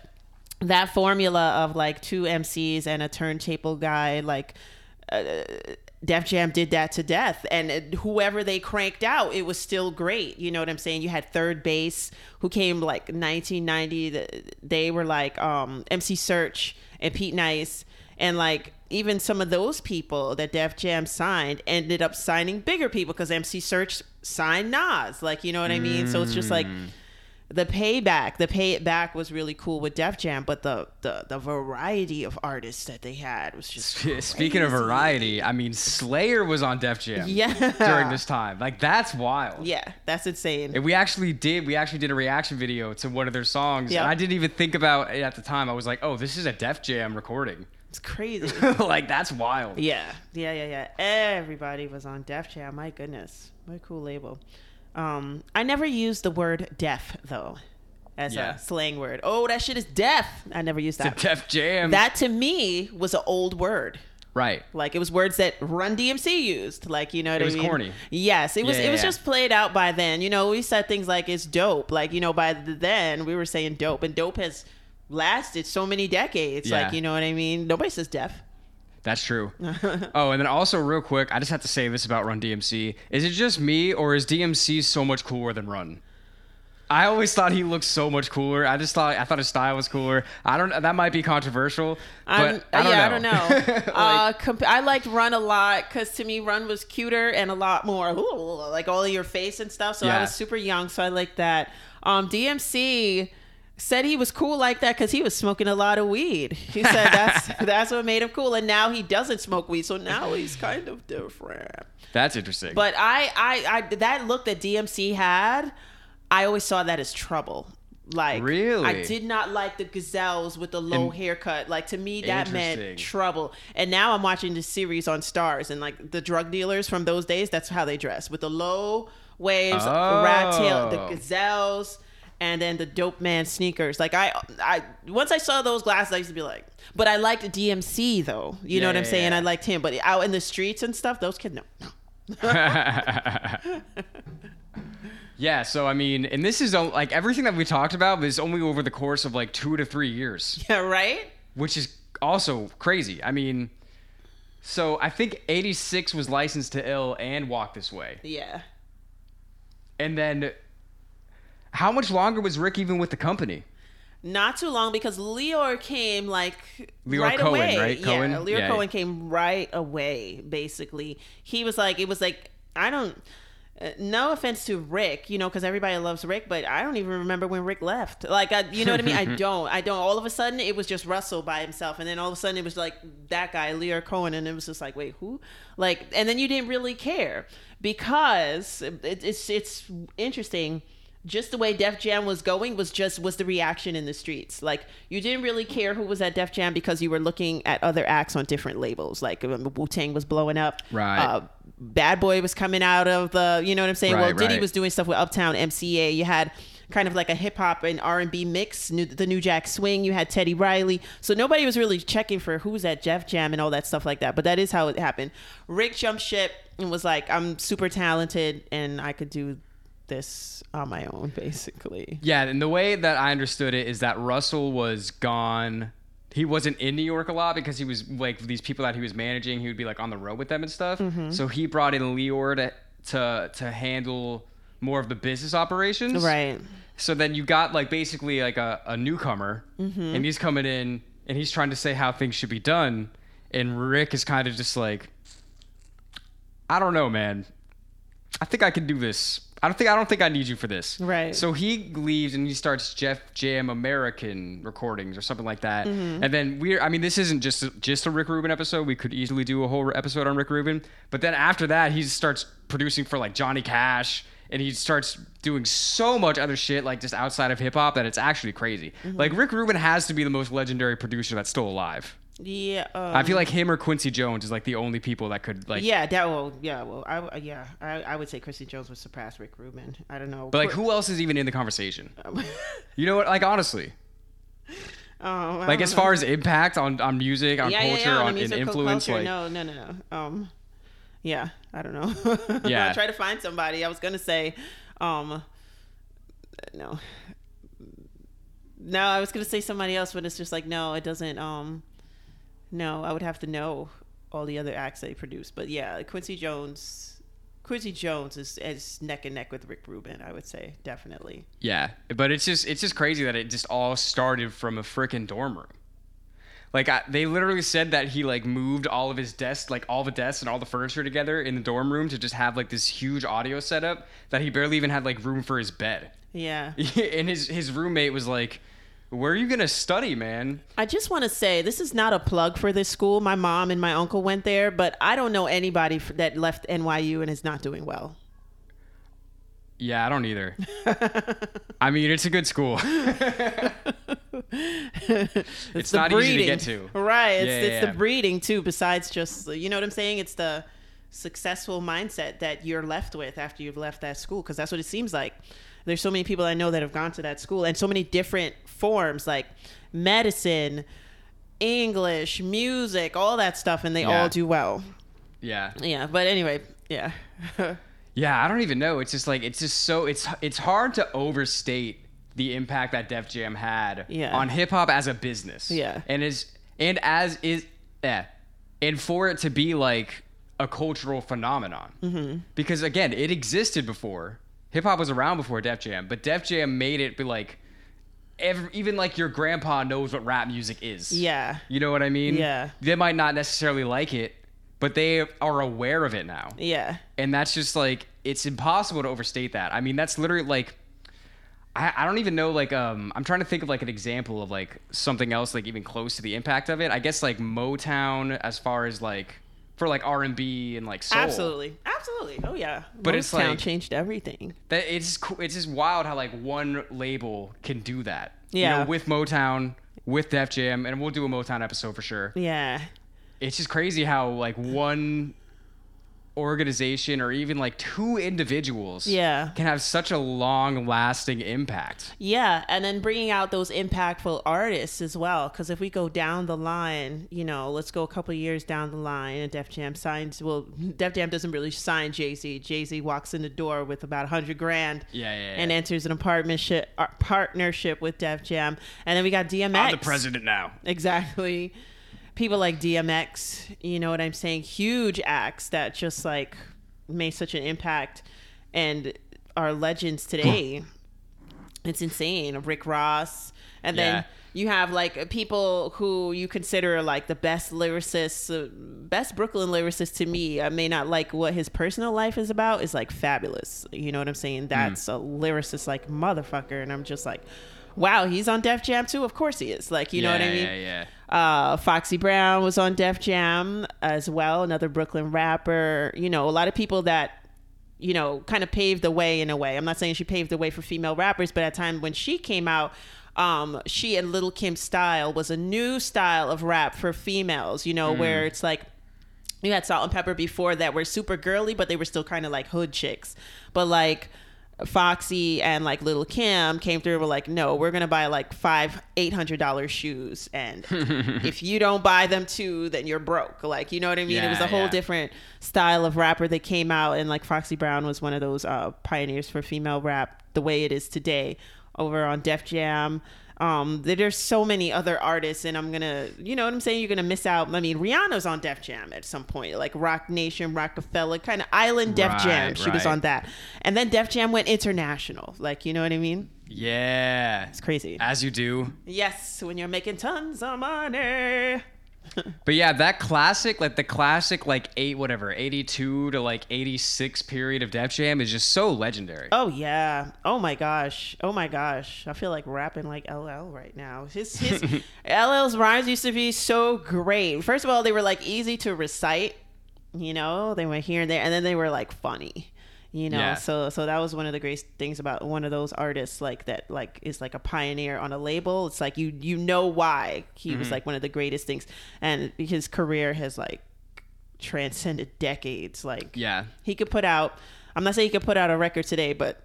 that formula of like two MCs and a turntable guy, like uh, Def Jam did that to death. And it- whoever they cranked out, it was still great. You know what I'm saying? You had third base who came like 1990. th- They were like um, MC Search and Pete Nice. And like even some of those people that Def Jam signed ended up signing bigger people because MC Search signed Nas. Like, you know what I mean? So it's just like the payback, the pay it back was really cool with Def Jam, but the the, the variety of artists that they had was just Speaking of variety, I mean, Slayer was on Def Jam Yeah. during this time. Like, that's wild. yeah, that's insane. And we actually did. We actually did a reaction video to one of their songs. Yeah. And I didn't even think about it at the time. I was like, oh, this is a Def Jam recording. It's crazy. like, that's wild. yeah, yeah, yeah, yeah. Everybody was on Def Jam. My goodness, what a cool label. Um, I never used the word deaf though, as Yeah. a slang word. Oh, that shit is deaf. I never used that. Def Jam. that to me was an old word. right. Like it was words that Run DMC used. Like you know what It I was mean? corny. Yes, it was. Yeah, it was yeah, just played out by then. You know, we said things like "it's dope." Like you know, by th- then we were saying "dope," and "dope" has lasted so many decades. Like Yeah. you know what I mean? Nobody says deaf. That's true. oh, and then also real quick, I just have to say this about Run DMC. Is it just me or is DMC so much cooler than Run? I always thought he looked so much cooler. I just thought I thought his style was cooler. I don't that might be controversial, I'm- but I don't know. yeah, I don't know. Like, uh, comp- I liked Run a lot because to me, Run was cuter and a lot more ooh, like all in your face and stuff. So I Yeah. was super young, so I liked that. Um, DMC said he was cool like that because he was smoking a lot of weed. He said that's that's what made him cool, and now he doesn't smoke weed, so now he's kind of different. that's interesting. But I, I, I, that look that DMC had, I always saw that as trouble. Like, Really? I did not like the gazelles with the low haircut. Like to me, that meant Interesting. trouble. And now I'm watching this series on Stars, and like the drug dealers from those days, that's how they dress with the low waves, the rat tail, the Oh. gazelles. And then the dope man sneakers. Like I, I once I saw those glasses, I used to be like, but I liked DMC though. You know Yeah, what I'm yeah, saying? yeah. I liked him. But out in the streets and stuff, those kids, no, no, yeah, so I mean, and this is uh, like everything that we talked about is only over the course of like 2 to 3 years. Yeah, right? which is also crazy. I mean, so I think 86 was licensed to ill and walk this way. Yeah. And then how much longer was Rick even with the company? Not too long because Leor came like Lior right Cohen, away. right? Yeah, Cohen? Leor Yeah. Cohen came right away. Basically, he was like, it was like I don't. uh, No offense to Rick, you know, because everybody loves Rick, but I don't even remember when Rick left. Like, I, you know what I mean? I don't. I don't. All of a sudden, it was just Russell by himself, and then all of a sudden, it was like that guy, Leor Cohen, and it was just like, wait, who? Like, and then you didn't really care because it, it's it's interesting just the way Def Jam was going was just was the reaction in the streets. Like you didn't really care who was at Def Jam because you were looking at other acts on different labels. Like Wu Tang was blowing up, Uh, Right. Bad Boy was coming out of the, you know what I'm saying? Right, well, Diddy right. was doing stuff with Uptown MCA. You had kind of like a hip hop and R and B mix. New, the New Jack Swing. You had Teddy Riley. So nobody was really checking for who's at Jeff Jam and all that stuff like that. But that is how it happened. Rick jumped ship and was like, "I'm super talented and I could do this on my own, basically." Yeah, and the way that I understood it is that Russell was gone. He wasn't in New York a lot because he was like these people that he was managing. He would be like on the road with them and stuff. So he brought in Leor to to to handle more of the business operations. Right. So then you got like basically like a, a newcomer, and he's coming in and he's trying to say how things should be done, and Rick is kind of just like, I don't know, man. I think I can do this. I don't think I don't think I need you for this. Right. So he leaves and he starts Jeff Jam American recordings or something like that. And then we're I mean this isn't just just a Rick Rubin episode. We could easily do a whole episode on Rick Rubin. But then after that he starts producing for like Johnny Cash and he starts doing so much other shit like just outside of hip hop that it's actually crazy. Like Rick Rubin has to be the most legendary producer that's still alive. Yeah. Um, I feel like him or Quincy Jones is like the only people that could like yeah, that will. Yeah, well, I w- yeah, I, I would say Chrissy Jones would surpass Rick Rubin. I don't know, But like, who else is even in the conversation? You know what? Like, honestly, Um, I like don't as know. far as impact on on music, on yeah, culture, yeah, yeah, the on, and musical influence, culture. like, no, no, no, no. Um, yeah, I don't know. Yeah. I try to find somebody. I was gonna say, um, no, No, I was gonna say somebody else, but it's just like no, it doesn't. Um, no, I would have to know all the other acts they produced. But yeah, Quincy Jones, Quincy Jones is, is neck and neck with Rick Rubin. I would say definitely. Yeah, but it's just it's just crazy that it just all started from a freaking dorm room. Like I, they literally said that he like moved all of his desks, like all the desks and all the furniture together in the dorm room to just have like this huge audio setup that he barely even had like room for his bed. Yeah. and his his roommate was like, "Where are you gonna study, man?" I just want to say this is not a plug for this school. My mom and my uncle went there, but I don't know anybody f- that left NYU and is not doing well. Yeah, I don't either. I mean, it's a good school. It's, not easy to get to. Right. It's, Yeah, it's yeah, yeah. the breeding too, besides just, you know what I'm saying? It's the successful mindset that you're left with after you've left that school because that's what it seems like. There's so many people I know that have gone to that school and so many different forms like medicine, English, music, all that stuff, and they Yeah. all do well. Yeah, Yeah. But anyway, yeah. yeah, I don't even know. It's just like it's just so it's it's hard to overstate the impact that Def Jam had Yeah. on hip hop as a business. Yeah. and is and as is yeah, and for it to be like a cultural phenomenon mm-hmm. because again, it existed before hip hop was around before Def Jam, but Def Jam made it be like. Every, even like your grandpa knows what rap music is. yeah. You know what I mean? Yeah. They might not necessarily like it, but they are aware of it now. Yeah. And that's just like it's impossible to overstate that. I mean, that's literally like I, I don't even know like um I'm trying to think of like an example of like something else like even close to the impact of it. I guess like Motown as far as like for like R and B and like soul. Absolutely. Absolutely. Oh yeah. But it's Motown like- changed everything. That it's co- it's just wild how like one label can do that. You Yeah. know, with Motown, with Def Jam, and we'll do a Motown episode for sure. Yeah. it's just crazy how like one organization or even like two individuals Yeah. can have such a long lasting impact Yeah, and then bringing out those impactful artists as well. Because if we go down the line, you know, let's go a couple years down the line, and Def Jam signs. Well, Def Jam doesn't really sign Jay Z. Jay Z walks in the door with about a hundred grand. Yeah, yeah, yeah. And enters an partnership uh, partnership with Def Jam, and then we got DMX. now Exactly. People like DMX, you know what I'm saying? Huge acts that just like made such an impact and are legends today. it's insane. Rick Ross. And Yeah. then you have like people who you consider like the best lyricists, uh, best Brooklyn lyricist to me. I may not like what his personal life is about, is like fabulous. You know what I'm Hmm. saying? That's a lyricist like motherfucker. And I'm just like, wow, he's on Def Jam too? Of course he is. Like, you know what I mean? yeah yeah Uh, Foxy Brown was on Def Jam as well, another Brooklyn rapper. You know, a lot of people that, you know, kind of paved the way in a way. I'm not saying she paved the way for female rappers, but at a time when she came out, um, she and Little Kim style was a new style of rap for females, you know, where it's like you had Salt and Pepper before that were super girly, but they were still kind of like hood chicks. But like Foxy and like Little Kim came through and were like, no, we're gonna buy like five, eight hundred dollar shoes, and if you don't buy them too, then you're broke. Like you know what I mean? it was Yeah, a whole yeah. different style of rapper that came out, and like Foxy Brown was one of those uh, pioneers for female rap the way it is today over on Def Jam. Um, there- there's so many other artists, and I'm gonna, you know what I'm saying? You're gonna miss out. I mean, Rihanna's on Def Jam at some point, like Rock Nation, Rockefeller, kind of island Def Jam. Right, She was right. on that, and then Def Jam went international. Like, you know what I mean? yeah It's crazy. as you do yes, when you're making tons of money. but yeah that classic like the classic like eight whatever 82 to like 86 period of def jam is just so legendary Oh yeah. Oh my gosh. Oh my gosh. I feel like rapping like LL right now. His his LL's rhymes used to be so great. First of all, they were like easy to recite, you know, they went here and there and then they were like funny. You know, Yeah. so so that was one of the great things about one of those artists like that like is like a pioneer on a label. It's like you you know why he was like one of the greatest things and his career has like transcended decades like yeah he could put out. I'm not saying he could put out a record today, but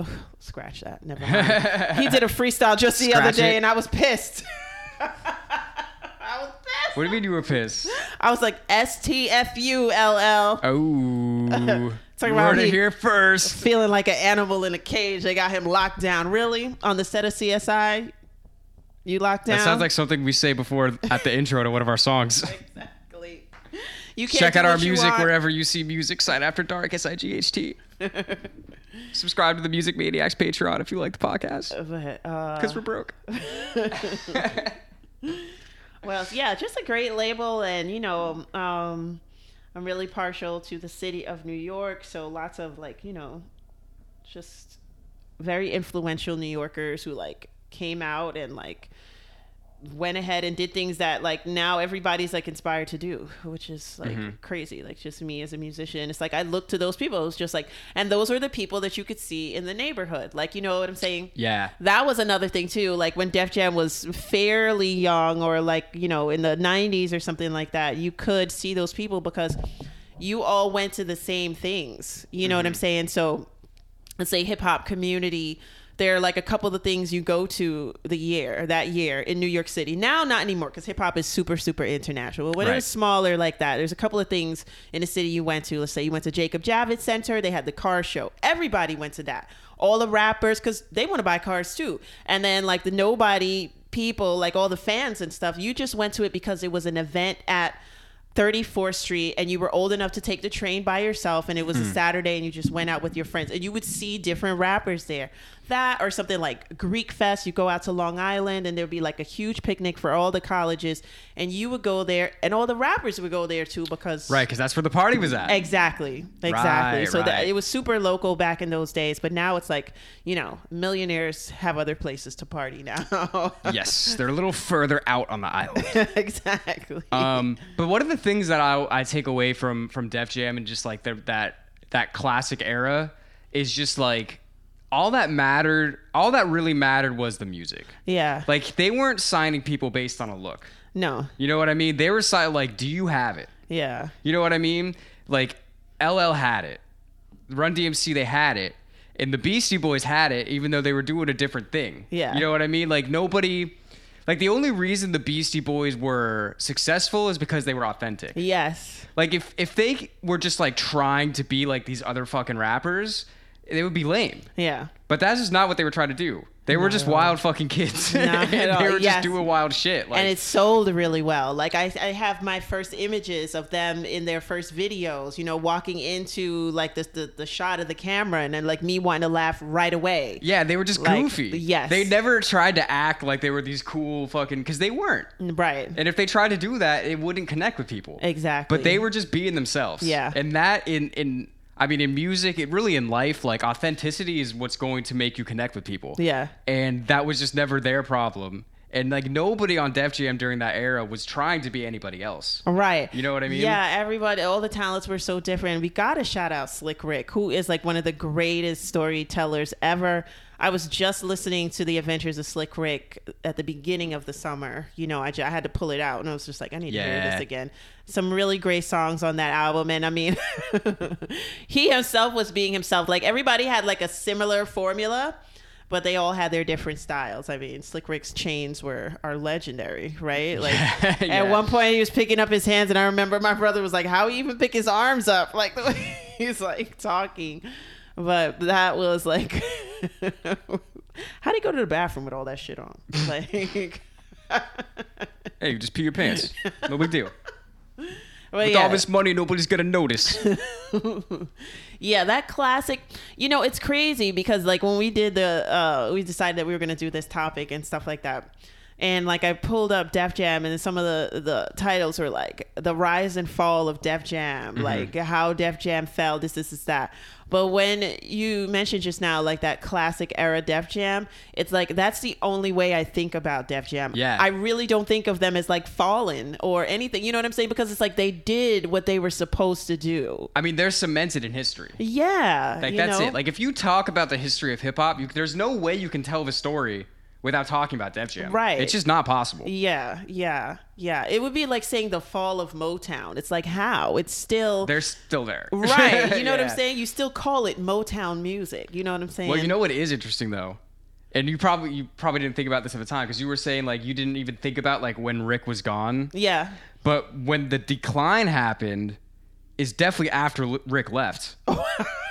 ugh, scratch that. Never mind. he did a freestyle just the other Scratch day, it. and I was pissed. I was pissed. what do you mean you were pissed I was like S T F U L L, oh Talking talking about about it he- here first feeling like an animal in a cage. They got him locked down. Really, on the set of CSI, You locked down. That sounds like something we say before at the intro to one of our songs. exactly. You can't Check do out our what you music want. wherever you see music. Sign after dark. S I G H T. Subscribe to the Music Maniacs Patreon if you like the podcast But, uh, because we're broke. Well, yeah, just a great label, and you know, um, I'm really partial to the city of New York, so lots of like, you know, just very influential New Yorkers who like came out and like went ahead and did things that like now everybody's like inspired to do which is like crazy like just me as a musician it's like i look to those people it's just like and those were the people that you could see in the neighborhood like you know what i'm saying Yeah. that was another thing too like when def jam was fairly young or like you know in the 90s or something like that you could see those people because you all went to the same things you know what i'm saying so let's say hip hop community, there are like a couple of the things you go to the year that year in New York City. Now not anymore because hip hop is super super international. But when it Right. was smaller like that, there's a couple of things in the city you went to. Let's say you went to Jacob Javits Center. They had the car show. Everybody went to that. All the rappers because they want to buy cars too. And then like the nobody people, like all the fans and stuff. You just went to it because it was an event at 34th Street and you were old enough to take the train by yourself and it was a Hmm. Saturday and you just went out with your friends and you would see different rappers there. That or something like Greek Fest, you go out to Long Island and there'd be like a huge picnic for all the colleges and you would go there and all the rappers would go there too because Right, because that's where the party was at. Exactly. Exactly. Right, so that right. it was super local back in those days, but now it's like, you know, millionaires have other places to party now. Yes, they're a little further out on the island. exactly. um, but one of the things that I, I take away from from Def Jam and just like their, that that classic era is just like all that mattered. All that really mattered was the music. yeah. Like they weren't signing people based on a look. no. You know what I mean? They were si- like, do you have it? Yeah. You know what I mean? Like LL had it. Run DMC they had it. And the Beastie Boys had it even though they were doing a different thing. Yeah. You know what I mean? Like nobody like the only reason the Beastie Boys were successful is because they were authentic. Yes. Like if if they were just like trying to be like these other fucking rappers, they would be lame. Yeah. But that's just not what they were trying to do. They were just wild fucking kids. Not And at all. They were Yes. just doing wild shit. Like and it sold really well. Like I, I have my first images of them in their first videos, you know, walking into like this the, the shot of the camera and then like me wanting to laugh right away. Yeah, they were just Like, goofy. yes. They never tried to act like they were these cool fucking because they weren't. Right. And if they tried to do that, it wouldn't connect with people. Exactly. But they were just being themselves. Yeah. And that in in I mean in music, it really in life, like authenticity is what's going to make you connect with people. Yeah. And that was just never their problem. And like nobody on Def Jam during that era was trying to be anybody else. Right. You know what I mean? Yeah, everybody, all the talents were so different. We got to shout out Slick Rick, who is like one of the greatest storytellers ever. I was just listening to The Adventures of Slick Rick at the beginning of the summer. You know, I, ju- I had to pull it out and I was just like, I need to hear Yeah. this again. Some really great songs on that album. And I mean, he himself was being himself. Like everybody had like a similar formula. But they all had their different styles. I mean, Slick Rick's chains were are legendary, right? Like Yeah. at one point he was picking up his hands, and I remember my brother was like, "How he even pick his arms up?" Like the way he's like talking, but that was like, how do you go to the bathroom with all that shit on? Like, Hey, you just pee your pants. No big deal. but With yeah. all this money, nobody's gonna notice. Yeah, that classic. You know, it's crazy because like when we did the, uh, we decided that we were going to do this topic and stuff like that. And like I pulled up Def Jam, and some of the the titles were like the rise and fall of Def Jam, like how Def Jam fell, this, this, this, that. But when you mentioned just now, like that classic era Def Jam, it's like that's the only way I think about Def Jam. Yeah. I really don't think of them as like fallen or anything. You know what I'm saying? Because it's like they did what they were supposed to do. I mean, they're cemented in history. Yeah. Like you that's know? it. Like if you talk about the history of hip hop, you- there's no way you can tell the story without talking about Def Jam. Right. It's just not possible. yeah, yeah, yeah. It would be like saying the fall of Motown. It's like how? It's still They're still there. right. You know what I'm Yeah. saying? You still call it Motown music. You know what I'm saying? Well, you know what is interesting though, and you probably you probably didn't think about this at the time because you were saying like you didn't even think about like when Rick was gone, Yeah. but when the decline happened, is definitely after L- Rick left.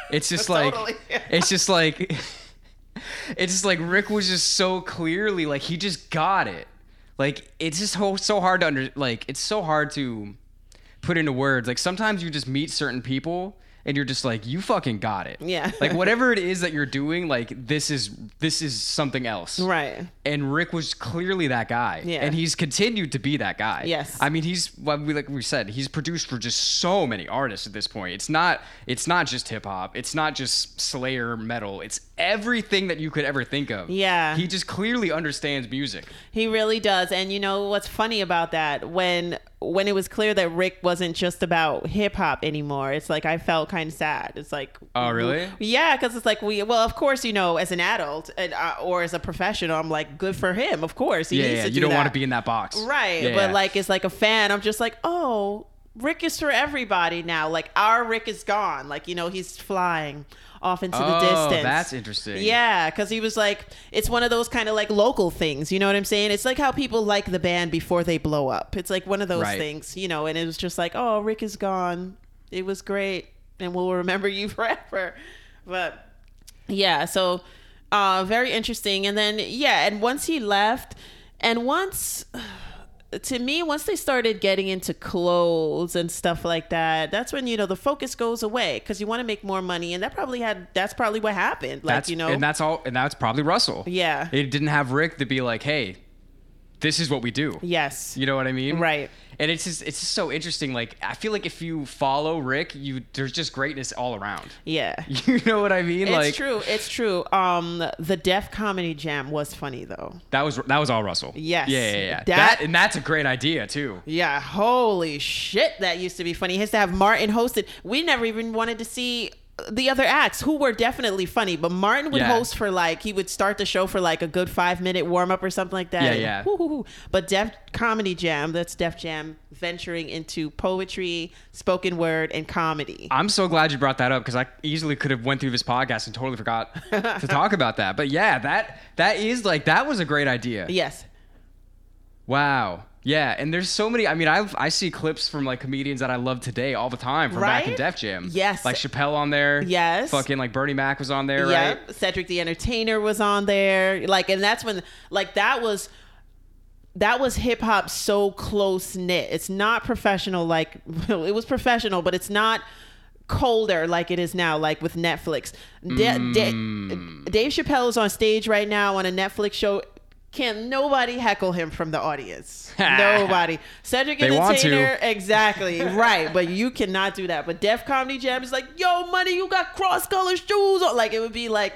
It's just like Totally. it's just like it's just like Rick was just so clearly like he just got it. Like it's just ho- so hard to under like it's so hard to put into words. Like sometimes you just meet certain people and you're just like you fucking got it. Yeah. like whatever it is that you're doing, like this is this is something else. Right. And Rick was clearly that guy. Yeah. And he's continued to be that guy. Yes. I mean, he's well, we like we said, he's produced for just so many artists at this point. It's not it's not just hip hop. It's not just Slayer metal. It's everything that you could ever think of. Yeah. He just clearly understands music. He really does. And you know what's funny about that when when it was clear that Rick wasn't just about hip hop anymore, it's like I felt kind of sad. It's like Oh, really? Yeah, cuz it's like we well, of course, you know, as an adult and, uh, or as a professional, I'm like good for him. Of course, he Yeah. needs yeah. to you do don't that. want to be in that box. Right. Yeah, but yeah. like it's like a fan, I'm just like, oh, Rick is for everybody now. Like our Rick is gone. Like, you know, he's flying off into the Oh, distance. that's interesting. Yeah, because he was like, it's one of those kind of like local things. You know what I'm saying? It's like how people like the band before they blow up. It's like one of those Right. things, you know, and it was just like, oh, Rick is gone. It was great. And we'll remember you forever. But yeah, so uh, very interesting. And then, yeah, and once he left, and once to me, once they started getting into clothes and stuff like that, that's when you know the focus goes away because you want to make more money, and that probably had that's probably what happened. Like that's you know, and that's all and that's probably Russell. Yeah. It didn't have Rick to be like, hey, this is what we do. yes, You know what I mean? Right. And it's just it's just so interesting. Like I feel like if you follow Rick, you there's just greatness all around. yeah. You know what I mean? like it's true. It's true. Um, the Def Comedy Jam was funny though. that was that was all Russell. Yes. Yeah, yeah, yeah. That, That- and that's a great idea too. Yeah, holy shit, that used to be funny. He used to have Martin hosted. We never even wanted to see the other acts who were definitely funny, but Martin would Yeah. host for like he would start the show for like a good five minute warm up or something like that. Yeah, And yeah. woo-hoo-hoo. But Def Comedy Jam, that's Def Jam venturing into poetry, spoken word, and comedy. I'm so glad you brought that up because I easily could have went through this podcast and totally forgot to talk about that. But yeah, that that is like that was a great idea. yes. Wow. Yeah, and there's so many. I mean, I I see clips from like comedians that I love today all the time from back in Right? Def Jam. Yes. like Chappelle on there. Yes. fucking like Bernie Mac was on there, right? Yep. Cedric the Entertainer was on there. Like, and that's when, like, that was that was hip hop so close knit. It's not professional like it was professional, but it's not colder like it is now like with Netflix. Da- Da- Mm. Dave Chappelle is on stage right now on a Netflix show. Can nobody heckle him from the audience? nobody. Cedric They want to. Entertainer, exactly right, but you cannot do that. But Def Comedy Jam is like, "Yo, money, you got cross color shoes," or like it would be like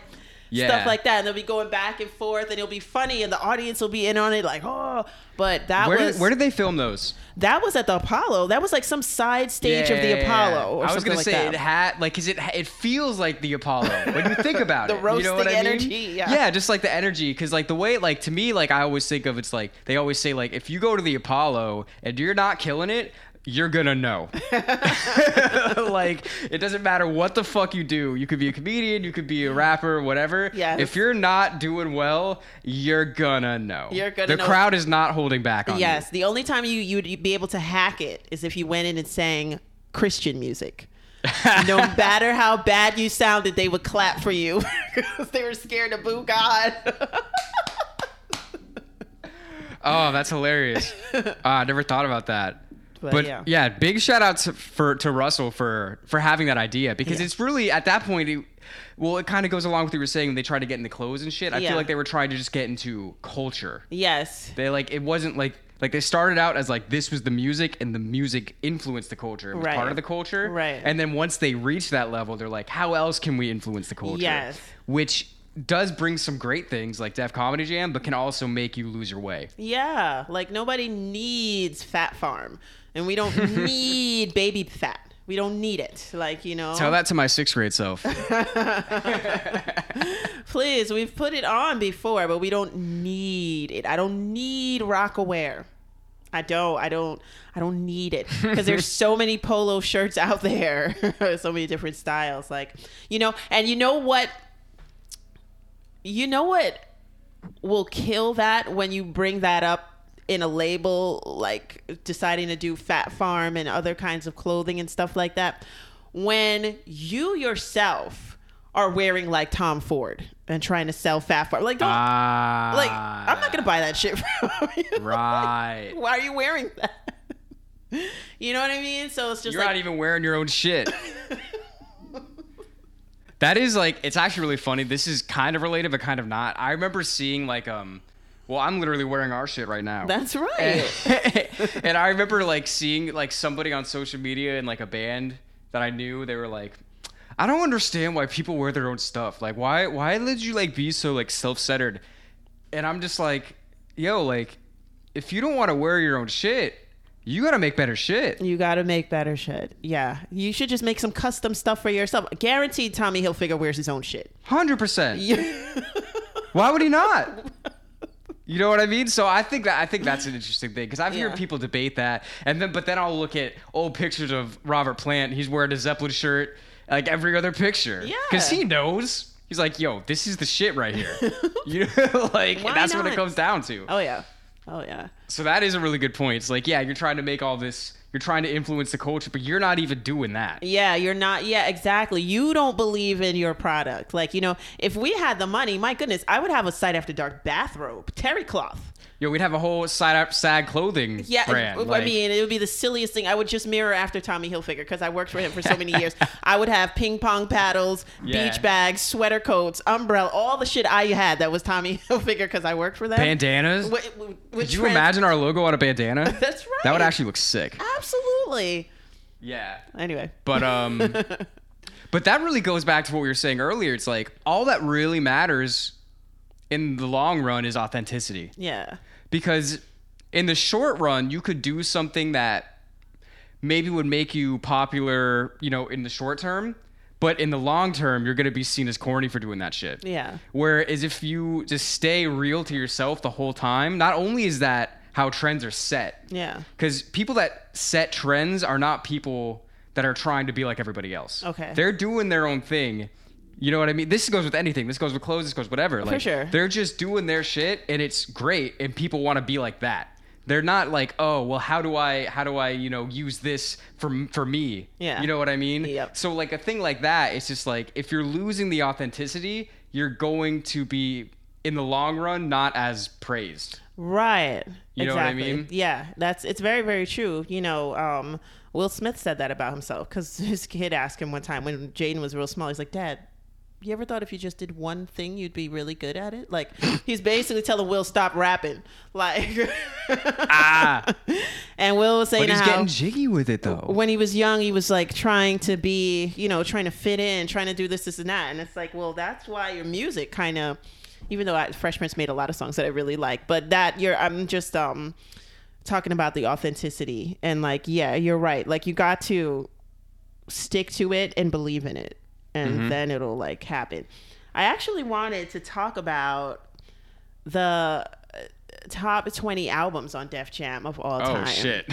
Yeah. stuff like that, and they'll be going back and forth, and it'll be funny, and the audience will be in on it, like, "Oh!" But that Where was did, where did they film those? that was at the Apollo. That was like some side stage of the Apollo. Or I was something gonna like say that. it had like is it it feels like the Apollo when you think about The it. you know what roasting I mean? energy, yeah. just like the energy because like the way like to me like I always think of it's like they always say like if you go to the Apollo and you're not killing it. You're gonna know. like, it doesn't matter what the fuck you do. You could be a comedian, you could be a rapper, whatever. Yes. If you're not doing well, you're gonna know. You're gonna the know. crowd is not holding back on you. Yes, the only time you you'd be able to hack it is if you went in and sang Christian music. no matter how bad you sounded, they would clap for you because they were scared to boo God. Oh, that's hilarious. Ah, I never thought about that. But, But, yeah. yeah. big shout out to, for to Russell for for having that idea because Yeah. it's really at that point. It, well, it kind of goes along with what you were saying. They tried to get into clothes and shit. I Yeah. feel like they were trying to just get into culture. yes, They like it wasn't like like they started out as like this was the music and the music influenced the culture. It was Right. part of the culture. Right. And then once they reach that level, they're like, how else can we influence the culture? Yes. Which does bring some great things like Def Comedy Jam, but can also make you lose your way. yeah. Like nobody needs Fat Farm, and we don't need baby fat. We don't need it. Like you know, Tell that to my sixth grade self. please. We've put it on before, but we don't need it. I don't need rock aware. I don't. I don't. I don't need it because there's so many polo shirts out there, so many different styles. Like you know, and you know what? You know what will kill that when you bring that up in a label, like deciding to do Fat Farm and other kinds of clothing and stuff like that. When you yourself are wearing like Tom Ford and trying to sell Fat Farm. Like, don't, Ah, like I'm not gonna buy that shit from you. Right. Why are you wearing that? You know what I mean? So it's just You're like not even wearing your own shit. that is like it's actually really funny. This is kind of related, but kind of not. I remember seeing like um, well, I'm literally wearing our shit right now. that's right. and I remember like seeing like somebody on social media in like a band that I knew. They were like, I don't understand why people wear their own stuff. Like, why why did you like be so like self centered? And I'm just like, yo, like, if you don't want to wear your own shit, you gotta make better shit. You got to make better shit. Yeah. You should just make some custom stuff for yourself. Guaranteed Tommy Hilfiger wears his own shit. Hundred percent. Yeah. Why would he not? You know what I mean? So I think that I think that's an interesting thing because I've Yeah. heard people debate that, and then but then I'll look at old pictures of Robert Plant. He's wearing a Zeppelin shirt like every other picture. because Yeah. he knows. He's like, yo, this is the shit right here. you know, like Why that's what not? it comes down to. oh yeah. Oh yeah. So that is a really good point. It's like, yeah, you're trying to make all this, you're trying to influence the culture, but you're not even doing that. Yeah, you're not. Yeah, exactly. You don't believe in your product. Like, you know, if we had the money, my goodness, I would have a side after dark bathrobe, terry cloth. Yo, we'd have a whole side sad clothing Yeah, brand. I like- mean, it would be the silliest thing. I would just mirror after Tommy Hilfiger because I worked for him for so many years. I would have ping pong paddles, Yeah. beach bags, sweater coats, umbrella, all the shit I had that was Tommy Hilfiger because I worked for them. bandanas. Wh- wh- which Could you trans- imagine our logo on a bandana? That's right. That would actually look sick. Absolutely. Yeah. Anyway. But um but that really goes back to what we were saying earlier. It's like all that really matters in the long run is authenticity. Yeah. Because in the short run, you could do something that maybe would make you popular, you know, in the short term, but in the long term, you're going to be seen as corny for doing that shit. Yeah. Whereas if you just stay real to yourself the whole time, not only is that how trends are set, Yeah. because people that set trends are not people that are trying to be like everybody else. Okay. They're doing their own thing. You know what I mean? This goes with anything. This goes with clothes. This goes whatever. Like, sure. They're just doing their shit, and it's great. And people want to be like that. They're not like, oh, well, how do I, how do I, you know, use this for for me? Yeah. You know what I mean? Yep. So like a thing like that, it's just like if you're losing the authenticity, you're going to be in the long run not as praised. Right. You know what I exactly. mean? Yeah, that's it's very very true. You know, um, Will Smith said that about himself because his kid asked him one time when Jaden was real small. He's like, Dad. You ever thought if you just did one thing, you'd be really good at it? Like, he's basically telling Will stop rapping, like, Ah. and Will was saying But he's how getting jiggy with it though. when he was young, he was like trying to be, you know, trying to fit in, trying to do this, this, and that. And it's like, well, that's why your music kind of, even though I, Fresh Prince made a lot of songs that I really like, but that you're, I'm just um talking about the authenticity and like, yeah, you're right. Like you got to stick to it and believe in it, and Mm-hmm. then it'll like happen. I actually wanted to talk about the uh, top 20 albums on Def Jam of all oh time. shit.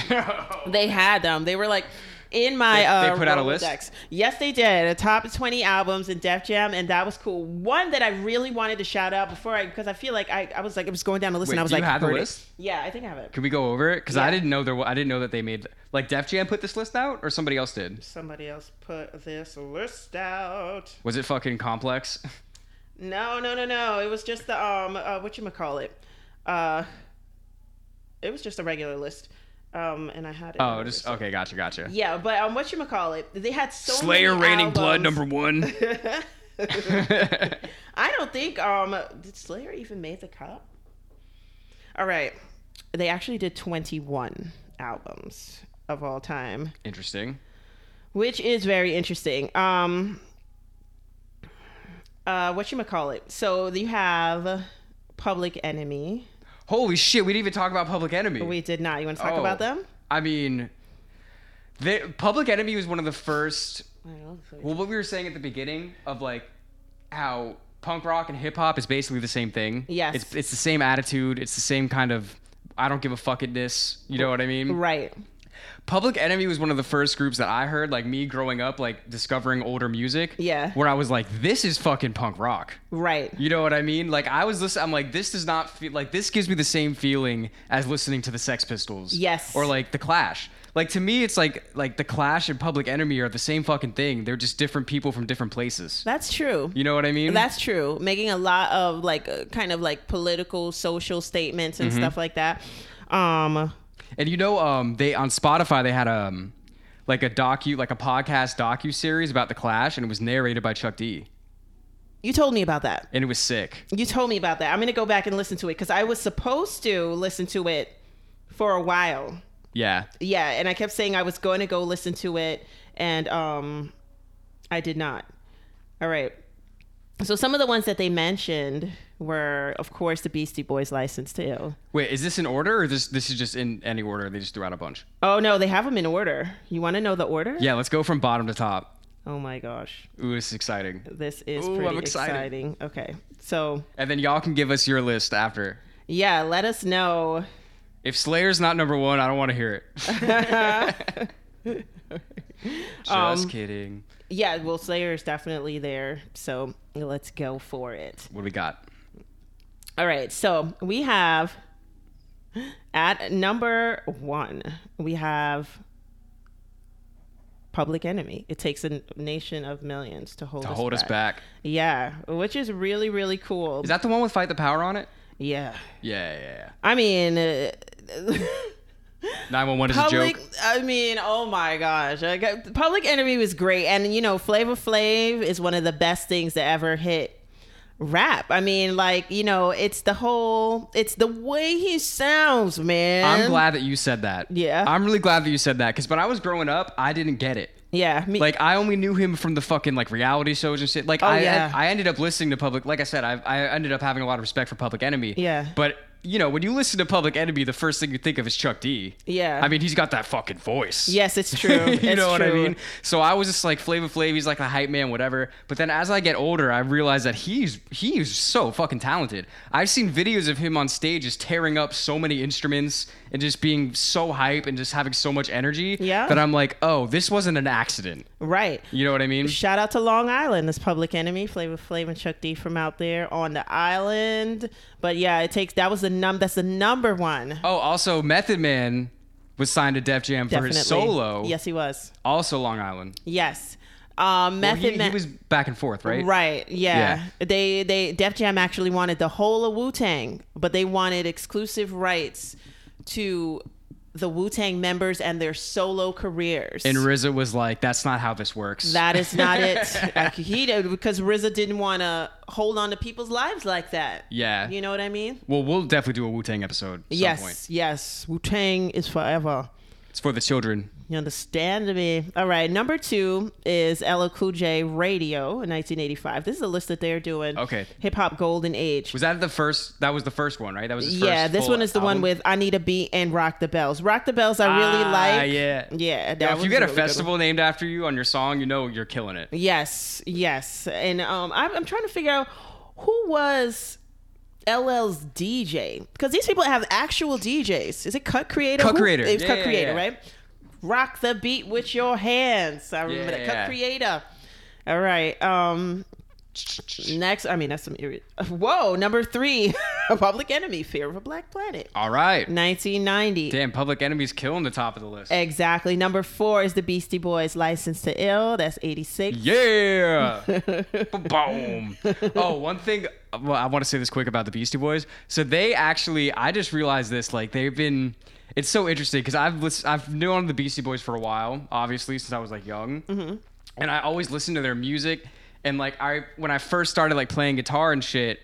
They had them. They were like in my uh, they put out a list? Rolodex. Yes, they did. A top 20 albums in Def Jam, and that was cool. One that I really wanted to shout out before I, because I feel like I, I was like, I was going down the list and Wait, I was do you like, have the heard it. list? Yeah, I think I have it. Can we go over it? Because Yeah. I didn't know there. wa- I didn't know that they made like Def Jam put this list out, or somebody else did. Somebody else put this list out. Was it fucking complex? No, no, no, no. It was just the um, uh, what you call it? Uh, it was just a regular list. Um, and I had it. Oh, just okay. Gotcha, gotcha. Yeah, but um, what you call it? They had so Slayer many reigning blood albums. number one. I don't think um did Slayer even made the cut? All right. They actually did 21 albums of all time, Interesting. which is very interesting. Um uh what you call it? So you have Public Enemy. Holy shit! We didn't even talk about Public Enemy. We did not. You want to talk Oh. about them? I mean, they, Public Enemy was one of the first. I don't know. Well, what we were saying at the beginning of like how punk rock and hip hop is basically the same thing. Yes. It's it's the same attitude. It's the same kind of I don't give a fuckedness. You know what I mean? Right. Public Enemy was one of the first groups that I heard, like me growing up, like discovering older music. Yeah. Where I was like, this is fucking punk rock. Right. You know what I mean? Like I was listening, I'm like, this does not feel like this gives me the same feeling as listening to the Sex Pistols. Yes. Or like the Clash. like to me it's like like the Clash and Public Enemy are the same fucking thing. They're just different people from different places. That's true. You know what I mean? That's true. Making a lot of like uh, kind of like political, social statements Mm-hmm. and stuff like that. Um, And you know, um, they on Spotify they had um, like a docu, like a podcast docu series about the Clash, and it was narrated by Chuck D. you told me about that. And it was sick. You told me about that. I'm gonna go back and listen to it because I was supposed to listen to it for a while. Yeah, Yeah, and I kept saying I was going to go listen to it, and um, I did not. All right. So some of the ones that they mentioned were, of course, the Beastie Boys license to ill. Wait, is this in order or this this is just in any order? They just threw out a bunch. Oh no, they have them in order. You want to know the order? Yeah, let's go from bottom to top. Oh my gosh, Ooh, this is exciting. this is Ooh, pretty I'm excited. exciting. Okay, so And then y'all can give us your list after. yeah, let us know. If Slayer's not number one, I don't want to hear it. just kidding. Yeah, well, Slayer is definitely there, so let's go for it. What do we got? All right, so we have at number one, we have Public Enemy. It takes a nation of millions to hold To us hold back. us back. Yeah, which is really really cool. Is that the one with Fight the Power on it? yeah, Yeah, yeah, I mean. Uh, yeah. 911 is a Public, joke. I mean, oh my gosh! I got- Public Enemy was great, and you know, Flavor Flav is one of the best things that ever hit rap. I mean, like you know, it's the whole, it's the way he sounds, man. I'm glad that you said that. Yeah. I'm really glad that you said that because when I was growing up, I didn't get it. Yeah, me, Like I only knew him from the fucking like reality shows and shit. Like I, Oh, yeah. I ended up listening to Public. Like I said, I I ended up having a lot of respect for Public Enemy. Yeah. But you know, when you listen to Public Enemy, the first thing you think of is Chuck D. Yeah. I mean, he's got that fucking voice. yes, it's true. you It's know what I true. mean? So I was just like Flavor Flav, he's like a hype man, whatever. But then as I get older, I realized that he's he is so fucking talented. I've seen videos of him on stage just tearing up so many instruments and just being so hype and just having so much energy Yeah. that I'm like, oh, this wasn't an accident. Right. You know what I mean? Shout out to Long Island, this Public Enemy, Flavor Flav and Chuck D from out there on the island. But yeah, it takes that was the num that's the number one. Oh, also Method Man was signed to Def Jam for Definitely. his solo. Yes, he was. Also Long Island. Yes. Um, Well, Method he, Man. he was back and forth, right? Right. Yeah. They they Def Jam actually wanted the whole of Wu Tang, but they wanted exclusive rights to the Wu Tang members and their solo careers. And RZA was like, "That's not how this works." that is not it. Like, he did- because RZA didn't want to hold on to people's lives like that. Yeah. You know what I mean? well, we'll definitely do a Wu Tang episode. At yes. Some point. Yes. Wu Tang is forever. It's for the children. You understand me? All right. Number two is LL Cool J Radio in 1985. This is a list that they're doing. Okay. Hip hop golden age. Was that the first? That was the first one, right? That was his yeah, first this full one is the one album? with I Need a Beat and Rock the Bells. Rock the Bells, I really Ah, like. yeah. Yeah. That Now, if one's you get a really good one. festival named after you on your song, you know you're killing it. Yes, yes. And um, I'm, I'm trying to figure out who was LL's DJ because these people have actual DJs. Is it Cut Creator? Cut Who- Creator. It's Yeah, Cut yeah, Creator, yeah. right? Rock the beat with your hands. I remember that. Yeah. Cut Creator. All right. Um, next, I mean that's some. Irri- Whoa, number three, Public Enemy, Fear of a Black Planet, All right. 1990. Damn, Public Enemy's killing the top of the list. Exactly. Number four is the Beastie Boys, License to Ill. That's 86. Yeah. Boom. Oh, one thing. Well, I want to say this quick about the Beastie Boys. So they actually, I just realized this. Like they've been. It's so interesting because I've lis- I've known the Beastie Boys for a while, obviously since I was like young, and I always listened to their music. And like I, when I first started like playing guitar and shit,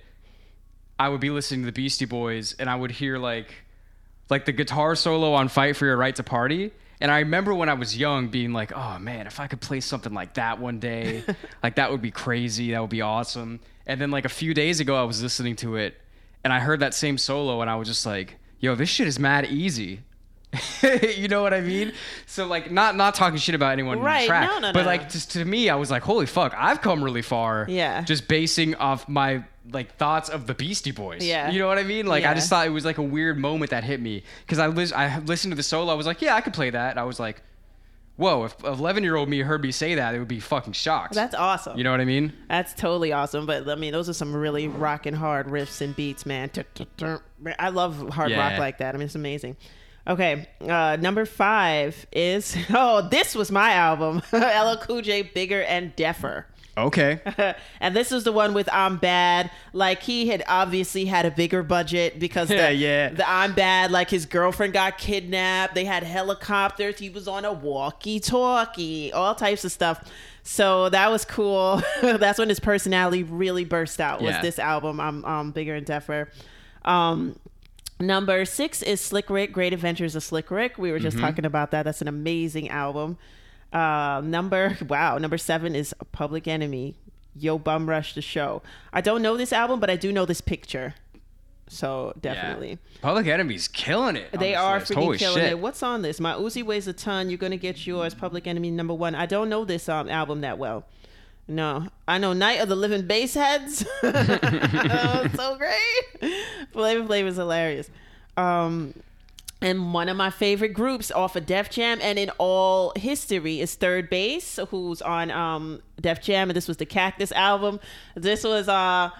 I would be listening to the Beastie Boys, and I would hear like like the guitar solo on Fight for Your Right to Party. And I remember when I was young being like, oh man, if I could play something like that one day, like that would be crazy. That would be awesome. And then like a few days ago, I was listening to it and I heard that same solo and I was just like, yo, this shit is mad easy. you know what I mean? So like not not talking shit about anyone in Right, the track, no, no, but no. like just to me, I was like, holy fuck, I've come really far. Yeah. Just basing off my like thoughts of the Beastie Boys. Yeah. You know what I mean? Like I Yeah. just thought thought it was like a weird moment that hit me because I lis- I had listened to the solo. I was like, yeah, I could play that. And I was like, whoa, if eleven year old me heard me say that, it would be fucking shocked. That's awesome. you know what I mean? That's totally awesome. But I mean, those are some really rock and hard riffs and beats, man. I love hard Yeah. rock like that. I mean, it's amazing. Okay, uh, number five is oh, this was my album, LL Cool J, Bigger and Deafer. Okay. and this was the one with I'm Bad. Like he had obviously had a bigger budget because Yeah, the, yeah. the I'm Bad, like his girlfriend got kidnapped. They had helicopters. He was on a walkie-talkie, all types of stuff. So that was cool. That's when his personality really burst out. Was Yeah. this album? I'm um, bigger and deafer. Um, Number six is Slick Rick, Great Adventures of Slick Rick. We were Mm-hmm. just talking about that. That's an amazing album. Uh, number wow, number seven is Public Enemy, Yo Bum Rush the Show. I don't know this album, but I do know this picture. So definitely, Yeah. Public Enemy's killing it. on they this are list. freaking Holy killing shit. it. What's on this? My Uzi weighs a ton. You're gonna get yours. Public Enemy number one. I don't know this um, album that well. No, I know Night of the Living Bassheads. that was so great. Flavor Flav is hilarious. Um, and one of my favorite groups off of Def Jam and in all history is Third Base, who's on um, Def Jam, and this was the Cactus album. This was uh,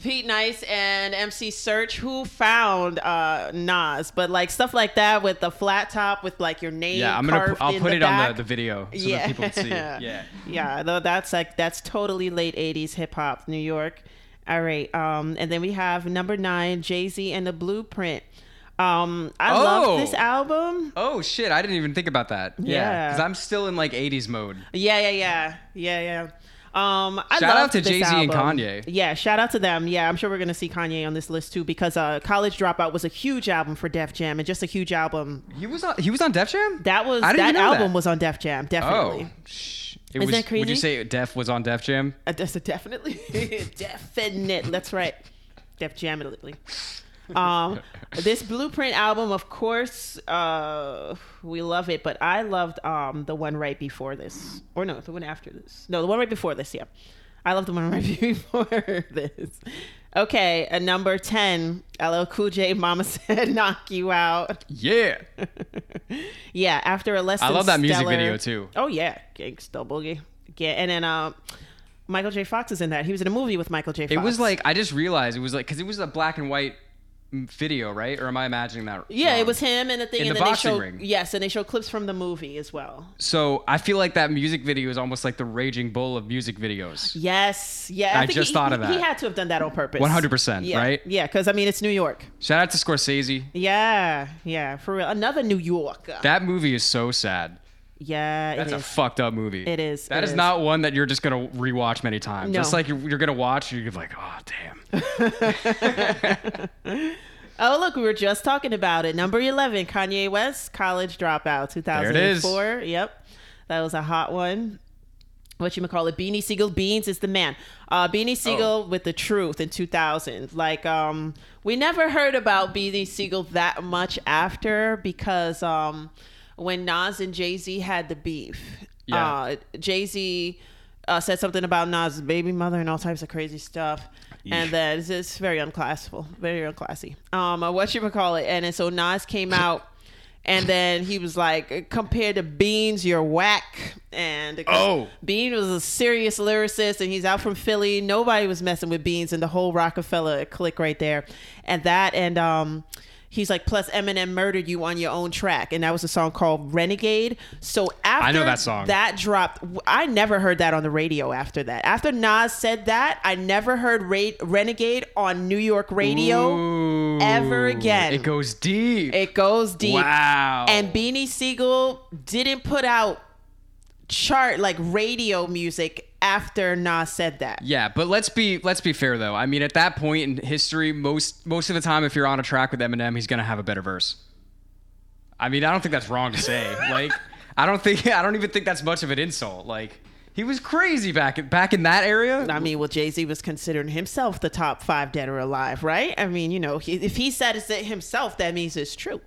Pete Nice and MC Search who found uh, Nas, but like stuff like that with the flat top with like your name. Yeah, I'm gonna. carved Pu- I'll in put the it back. on the, the video so that people can see. It. Yeah. Yeah, though that's like that's totally late eighties hip hop, New York. All right. Um, and then we have number nine, Jay Z and the Blueprint. Um, I Oh. love this album. Oh shit! I didn't even think about that. Yeah. Yeah. Because I'm still in like '80s mode. Yeah, yeah, yeah, yeah, yeah. Um, I Shout out loved to this Jay-Z and album. Kanye. Yeah, shout out to them. Yeah, I'm sure we're gonna see Kanye on this list too because uh, College Dropout was a huge album for Def Jam and just a huge album. He was on. He was on Def Jam. That was I didn't that even know album that. was on Def Jam definitely. Oh. Shh. It Isn't was, that Would you crazy? say Def was on Def Jam? Uh, That's a definitely definite. That's right. Def Jaminately. Um, this Blueprint album, of course, uh, we love it, but I loved um the one right before this, or no, the one after this. No, the one right before this. Yeah, I love the one right before this. Okay, and number ten, LL Cool J, Mama said, "Knock you out." Yeah. Yeah, after a less I than love that music stellar- video, too. Oh yeah, Gangsta Boogie. Yeah, and then uh, Michael J. Fox is in that. He was in a movie with Michael J. Fox. It was like I just realized it was like because it was a black and white mm, video, right? Or am I imagining that? yeah, wrong? it was him and the thing, um, In and the then boxing they show ring. yes, and they show clips from the movie as well. So I feel like that music video is almost like the raging bull of music videos. Yes, yeah. I just he, thought of he- He that. had to have done that on purpose. 100%, Yeah, right? Yeah, because I mean it's New York. Shout out to Scorsese. Yeah, yeah, for real. Another New Yorker. That movie is so sad. yeah, That's it a is. fucked up movie. It is, That it is is. not one that you're just gonna rewatch many times. No. It's like you're, you're gonna watch, and you're like, oh damn. oh look, we were just talking about it. Number eleven, Kanye West, College Dropout, two thousand and four. Yep, that was a hot one. what you call it beanie siegel beans is the man uh beanie siegel with the truth in 2000 like um we never heard about beanie siegel that much after because um when nas and jay-z had the beef Yeah. uh jay-z uh, said something about Nas' baby mother and all types of crazy stuff, and then it's, it's very unclassable, very unclassy. Um, uh, what you call it, and then so Nas came out, and then he was like, "Compared to beans, you're whack." And Oh. Bean was a serious lyricist, and he's out from Philly. Nobody was messing with Beans and the whole Rockefeller clique right there, and that and um. He's like, plus Eminem murdered you on your own track, and that was a song called Renegade. So after know that song. that dropped, w- I never heard that on the radio. After that, after Nas said that, I never heard Ra- Renegade on New York radio Ooh. ever again. It goes deep. It goes deep. Wow. And Beanie Siegel didn't put out chart like radio music after Nas said that. Yeah, but let's be let's be fair though. I mean, at that point in history, most most of the time, if you're on a track with Eminem, he's gonna have a better verse. I mean, I don't think that's wrong to say. like, I don't think I don't even think that's much of an insult. Like, he was crazy back back in that area. I mean, well, Jay Z was considering himself the top five dead or alive, right? I mean, you know, he, if he said it himself, that means it's true.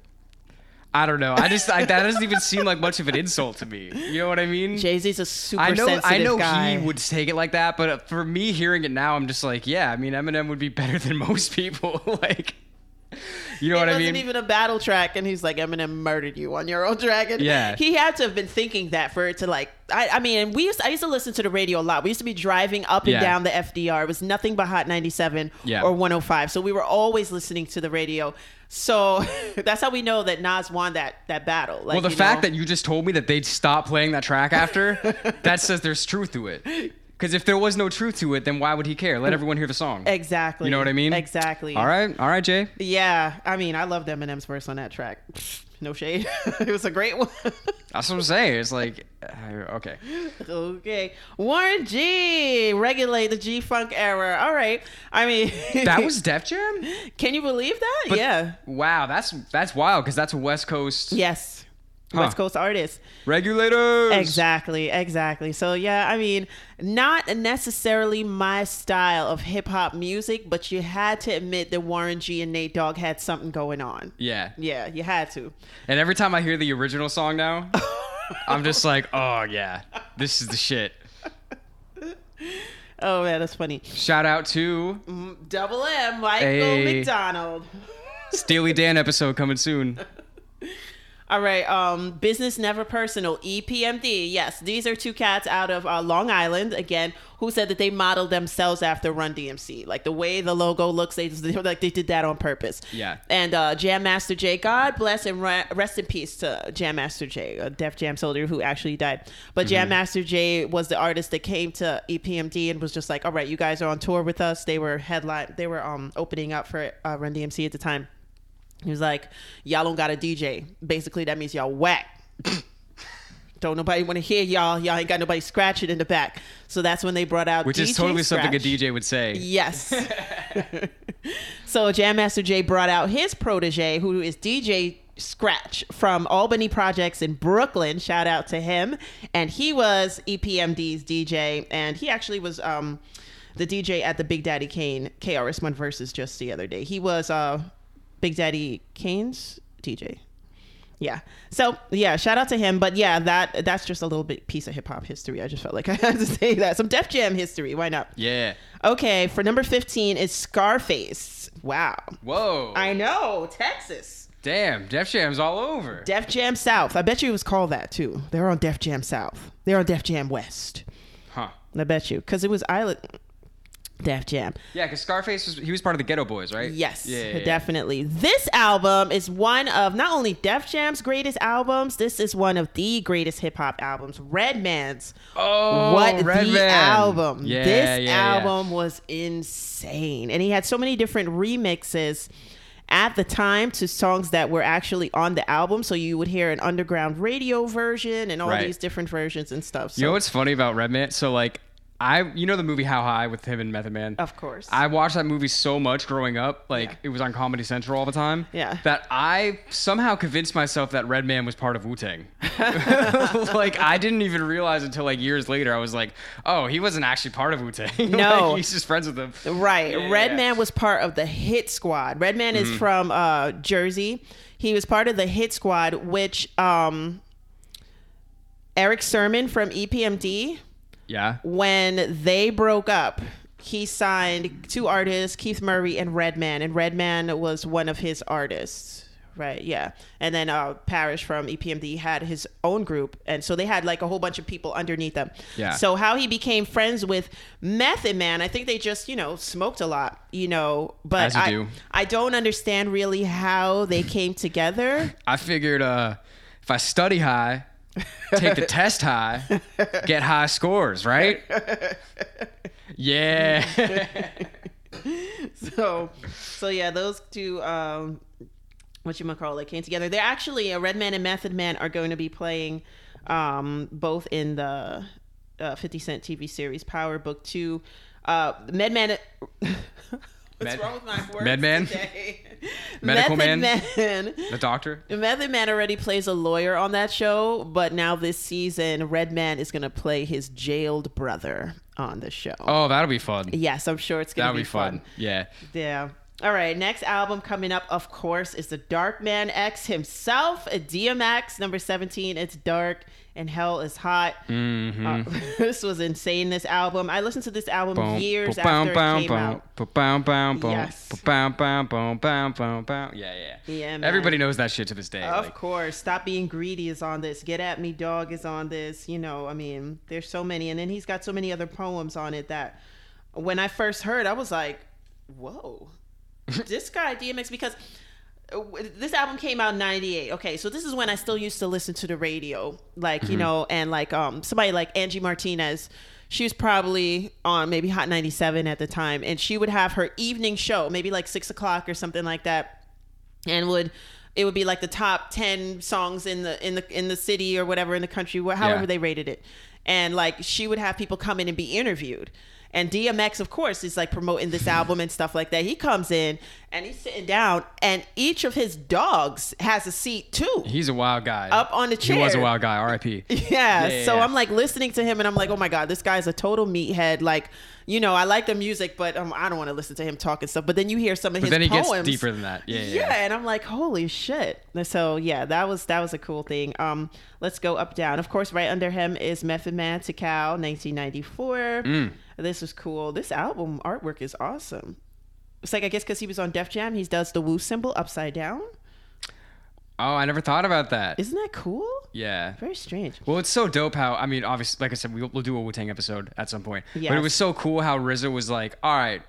I don't know. I just I, that doesn't even seem like much of an insult to me. You know what I mean? Jay Z's a super I know sensitive I know he guy. would take it like that, but for me hearing it now, I'm just like, yeah. I mean, Eminem would be better than most people. like, You know it what I wasn't mean? even a battle track, and he's like, "Eminem murdered you on your own dragon." Yeah. he had to have been thinking that for it to like. I, I mean, we used I used to listen to the radio a lot. We used to be driving up and Yeah. down the FDR. It was nothing but Hot 97 Yeah. or 105, so we were always listening to the radio. So that's how we know that Nas won that that battle. Like, well, the you fact know, that you just told me that they'd stop playing that track after, that says there's truth to it. Because if there was no truth to it, then why would he care? Let everyone hear the song. exactly, You know what I mean? Exactly. All right, all right, Jay. Yeah, I mean, I loved Eminem's verse on that track. No shade. it was a great one. That's what I'm saying. It's like, uh, okay. okay. Warren G. Regulate the G Funk era. All right. I mean, That was Def Jam. Can you believe that? But- yeah. Wow, that's that's wild because that's a West Coast Yes. Huh. West Coast artist. regulators. Exactly, exactly. So yeah, I mean, not necessarily my style of hip hop music, but you had to admit that Warren G and Nate Dogg had something going on. Yeah. Yeah, you had to. And every time I hear the original song now, I'm just like, oh yeah, this is the shit. Oh man, that's funny. Mm, Shout out to Double M, Michael Hey. McDonald. Steely Dan episode coming soon. All right, um, business never personal. E EPMD. Yes, these are two cats out of uh, Long Island again, who said that they modeled themselves after Run DMC. Like the way the logo looks, they, they were like they did that on purpose. Yeah. And uh, Jam Master Jay, God bless and re- rest in peace to Jam Master Jay, a Def Jam soldier who actually died. But Jam Master Jay was the artist that came to E EPMD and was just like, "All right, you guys are on tour with us." They were headline. They were um opening up for uh, Run DMC at the time. He was like, "Y'all don't got a DJ. Basically, that means y'all whack. don't nobody want to hear y'all. Y'all ain't got nobody scratching in the back. So that's when they brought out Which DJ is totally something a Scratch. DJ would say. Yes. so Jam Master Jay brought out his protege, who is DJ Scratch from Albany Projects in Brooklyn. Shout out to him. And he was E EPMD's DJ, and he actually was um, the DJ at the Big Daddy Kane KRS1 versus just the other day. He was uh, Big Daddy Kane's DJ. Yeah. So yeah, shout out to him. But yeah, that that's just a little bit piece of hip hop history. I just felt like I had to say that. Some Def Jam history. Why not? Yeah. Okay, for number 15 is Scarface. Wow. Whoa. I know, Texas. Damn, Def Jam's all over. Def Jam South. I bet you it was called that too. They're on Def Jam South. They're on Def Jam West. huh. I bet you. Because it was Island Def Jam. Yeah, because Scarface was he was part of the Ghetto Boys, right? Yes, Yeah. yeah, yeah. definitely. This album is one of not only Def Jam's greatest albums, this is one of the greatest hip hop albums. Redman's. Oh, what the Redman. album. Yeah, yeah, this yeah. album was insane. And he had so many different remixes at the time to songs that were actually on the album. So you would hear an underground radio version and all Right. these different versions and stuff. So, You know what's funny about Redman? So like, I you know the movie How High with him and Method Man. of course. I watched that movie so much growing up, like Yeah. it was on Comedy Central all the time. Yeah. That I somehow convinced myself that Redman was part of Wu Tang. like I didn't even realize until like years later. I was like, oh, he wasn't actually part of Wu Tang. No. he's just friends with them. Right. Yeah, yeah, Redman yeah. Mm-hmm. was part of the Hit Squad. Redman is from uh, Jersey. He was part of the Hit Squad, which um, Eric Sermon from E EPMD, Yeah. when they broke up, he signed two artists, Keith Murray and Redman, and Redman was one of his artists. Right, yeah. And then uh, Parrish from EPMD had his own group. And so they had like a whole bunch of people underneath them. Yeah. So, how he became friends with Method Man, I think they just, you know, smoked a lot, you know. As But you I, do. I don't understand really how they came together. I figured uh, if I study high, take the test high, get high scores, right? Yeah. so so yeah those two um what you might call it came together they're actually a red man and method man are going to be playing um both in the uh, 50 cent tv series power book 2 uh medman what's Med- wrong with my words Medman? today? Medical method man? man the doctor? Method Man already plays a lawyer on that show, but now this season, Redman is going to play his jailed brother on the show. Oh, that'll be fun. Yes, I'm sure it's going That'll to be, be fun. Yeah. Yeah. All right, next album coming up, of course, is the Dark Man X himself, DMX, number 17. It's dark and hell is hot. Mm-hmm. Uh, this was insane, this album. I listened to this album years after it came out. Yes. Yeah, yeah. Yeah, man. Everybody knows that shit to this day. Of like, course, Stop Being Greedy is on this. Get At Me Dog is on this. You know, I mean, there's so many. And then he's got so many other poems on it that when I first heard, I was like, whoa, this guy, DMX, because uh, w- this album came out in 98 okay so this is when i still used to listen to the radio like you know and like um somebody like angie martinez she was probably on maybe hot 97 at the time and she would have her evening show maybe like six o'clock or something like that and would it would be like the top 10 songs in the in the in the city or whatever in the country wh- however Yeah. they rated it and like she would have people come in and be interviewed and DMX of course is like promoting this album and stuff like that he comes in and he's sitting down and each of his dogs has a seat too He's a wild guy. Up on the He was a chair. wild guy. R.I.P. yeah. Yeah, so yeah. I'm like listening to him and I'm like, oh my God, this guy's a total meathead. Like, you know, I like the music, but um, I don't want to listen to him talk and stuff. But then you hear some of his then he gets poems. deeper than that. Yeah, yeah, yeah. and I'm like, holy shit. So yeah, that was that was a cool thing. Um, let's go up down. Of course, right under him is Method Man to Cow, 1994. Mm. This was cool. This album artwork is awesome. It's like I guess because he was on Def Jam, he does the woo symbol upside down. Oh, I never thought about that. Isn't that cool? Yeah. Very strange. Well, it's so dope how I mean, obviously, like I said, we'll, we'll do a Wu Tang episode at some point. But it Yes. was so cool how RZA was like, "All right,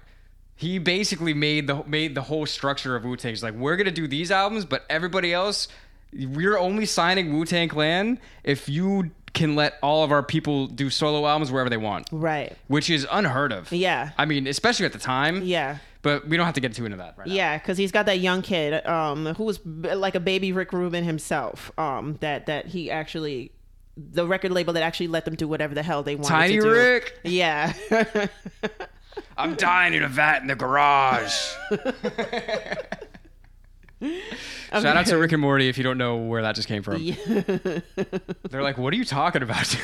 he basically made the made the whole structure of Wu Tang. He's like, we're gonna do these albums, but everybody else, we're only signing Wu Tang Clan if you can let all of our people do solo albums wherever they want, Right. which is unheard of. Yeah. I mean, especially at the time. Yeah. But we don't have to get too into that right now. Yeah, because he's got that young kid um, who was b- like a baby Rick Rubin himself. Um, that that he actually, the record label that actually let them do whatever the hell they wanted. Tiny to do. Rick. Yeah. I'm dying in a vat in the garage. Shout out to Rick and Morty if you don't know where that just came from. They're like, what are you talking about,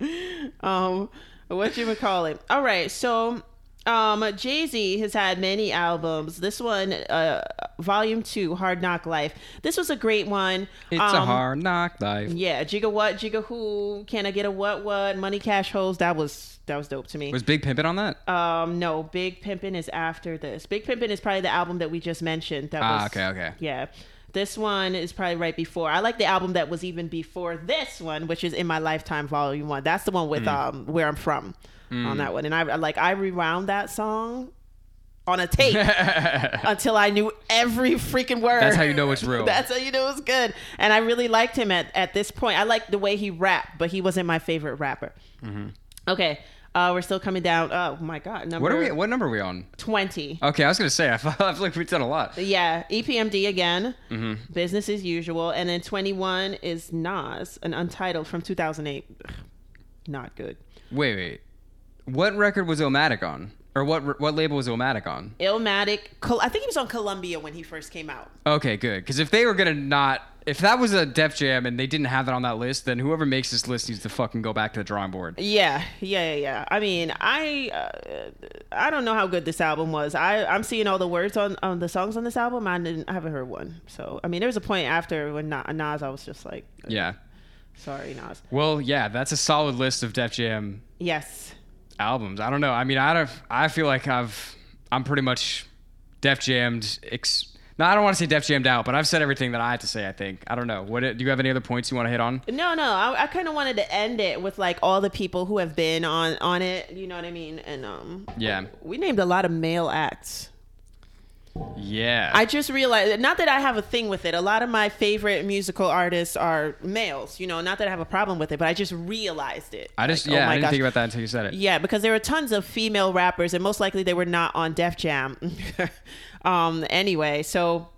dude? um, what you would call it? All right, so. Um, Jay Z has had many albums. This one, uh, Volume Two, Hard Knock Life. This was a great one. it's a Um, hard knock life. Yeah, Jigga what, Jigga who? Can I get a what what? Money Cash Holes. That was that was dope to me. Was Big Pimpin' on that? Um, no, Big Pimpin' is after this. Big Pimpin' is probably the album that we just mentioned. That Ah, was, okay, okay. Yeah. This one is probably right before. I like the album that was even before this one, which is In My Lifetime Volume One. That's the one Mm. with um Where I'm From on that one. And I I- like I rewound that song on a tape until I knew every freaking word. That's how you know it's real. That's how you know it's good. And I really liked him at, at this point. I liked the way he rapped, but he wasn't my favorite rapper. Mm-hmm. Okay. Uh, we're still coming down. Oh my God. Number what are we? Oh. What number are we on? 20. Okay, I was gonna say I feel, I feel like we've done a lot. Yeah. E EPMD again. Mm-hmm. Business as usual. And then 21 is Nas, an untitled from 2008. Ugh, Not good. Wait, wait. What record was Omatic on? Or what what label was Omatic on? Illmatic. Col- I think he was on Columbia when he first came out. Okay, good. Because if they were gonna not, if that was a Def Jam and they didn't have that on that list, then whoever makes this list needs to fucking go back to the drawing board. Yeah, yeah, yeah, yeah. I mean, I uh, I don't know how good this album was. I I'm seeing all the words on on the songs on this album. I didn't I haven't heard one. So I mean, there was a point after when Na- Nas, I was just like, Yeah. sorry, Nas. Well, yeah, that's a solid list of Def Jam Yes, albums. I don't know. I mean, I don't. I feel like I've. I'm pretty much Def Jammed. Ex- no, I don't want to say Def Jammed out, but I've said everything that I had to say. I think. I don't know. What do you have any other points you want to hit on? no, no. I, I kind of wanted to end it with like all the people who have been on on it. You know what I mean? And um, Yeah. we named a lot of male acts. Yeah. I just realized, not that I have a thing with it. A lot of my favorite musical artists are males. You know, not that I have a problem with it, but I just realized it. I just Like, yeah. oh my I didn't gosh. think about that until you said it. Yeah, because there were tons of female rappers, and most likely they were not on Def Jam. um, anyway, so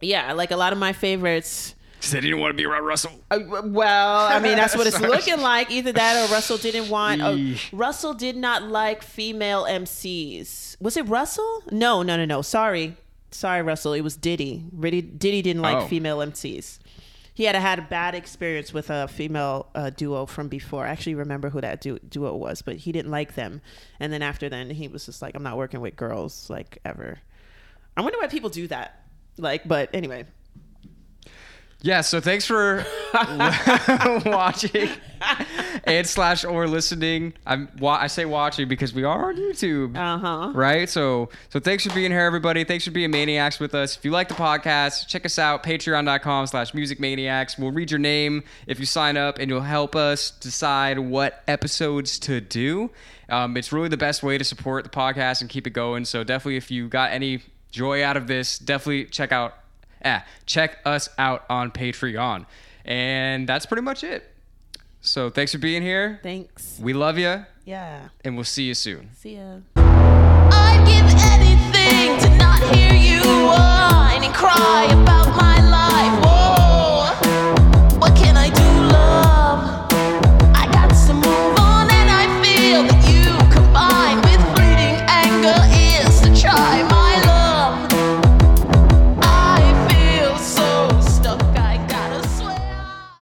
yeah, like a lot of my favorites. Said he didn't want to be around Russell. Uh, well, I mean, that's what it's looking like. Either that or Russell didn't want. Uh, Yeesh. Russell did not like female MCs. Was it Russell? No, no, no, no. Sorry. Sorry, Russell. It was Diddy. Diddy, Diddy didn't like Oh. female MCs. he had had a bad experience with a female uh, duo from before. I actually remember who that du- duo was, but he didn't like them. And then after then, he was just like, I'm not working with girls like ever. I wonder why people do that. Like, but anyway. Yeah, so thanks for watching and slash or listening. I'm wa- I say watching because we are on YouTube, Uh huh. right? So so thanks for being here, everybody. Thanks for being maniacs with us. If you like the podcast, check us out patreon.com slash music maniacs. We'll read your name if you sign up, and you'll help us decide what episodes to do. Um, it's really the best way to support the podcast and keep it going. So definitely, if you got any joy out of this, definitely check out eh, check us out on Patreon. And that's pretty much it. So thanks for being here. Thanks. We love you, Yeah. and we'll see you soon. See ya. I'd give anything to not hear you whine and cry about my life.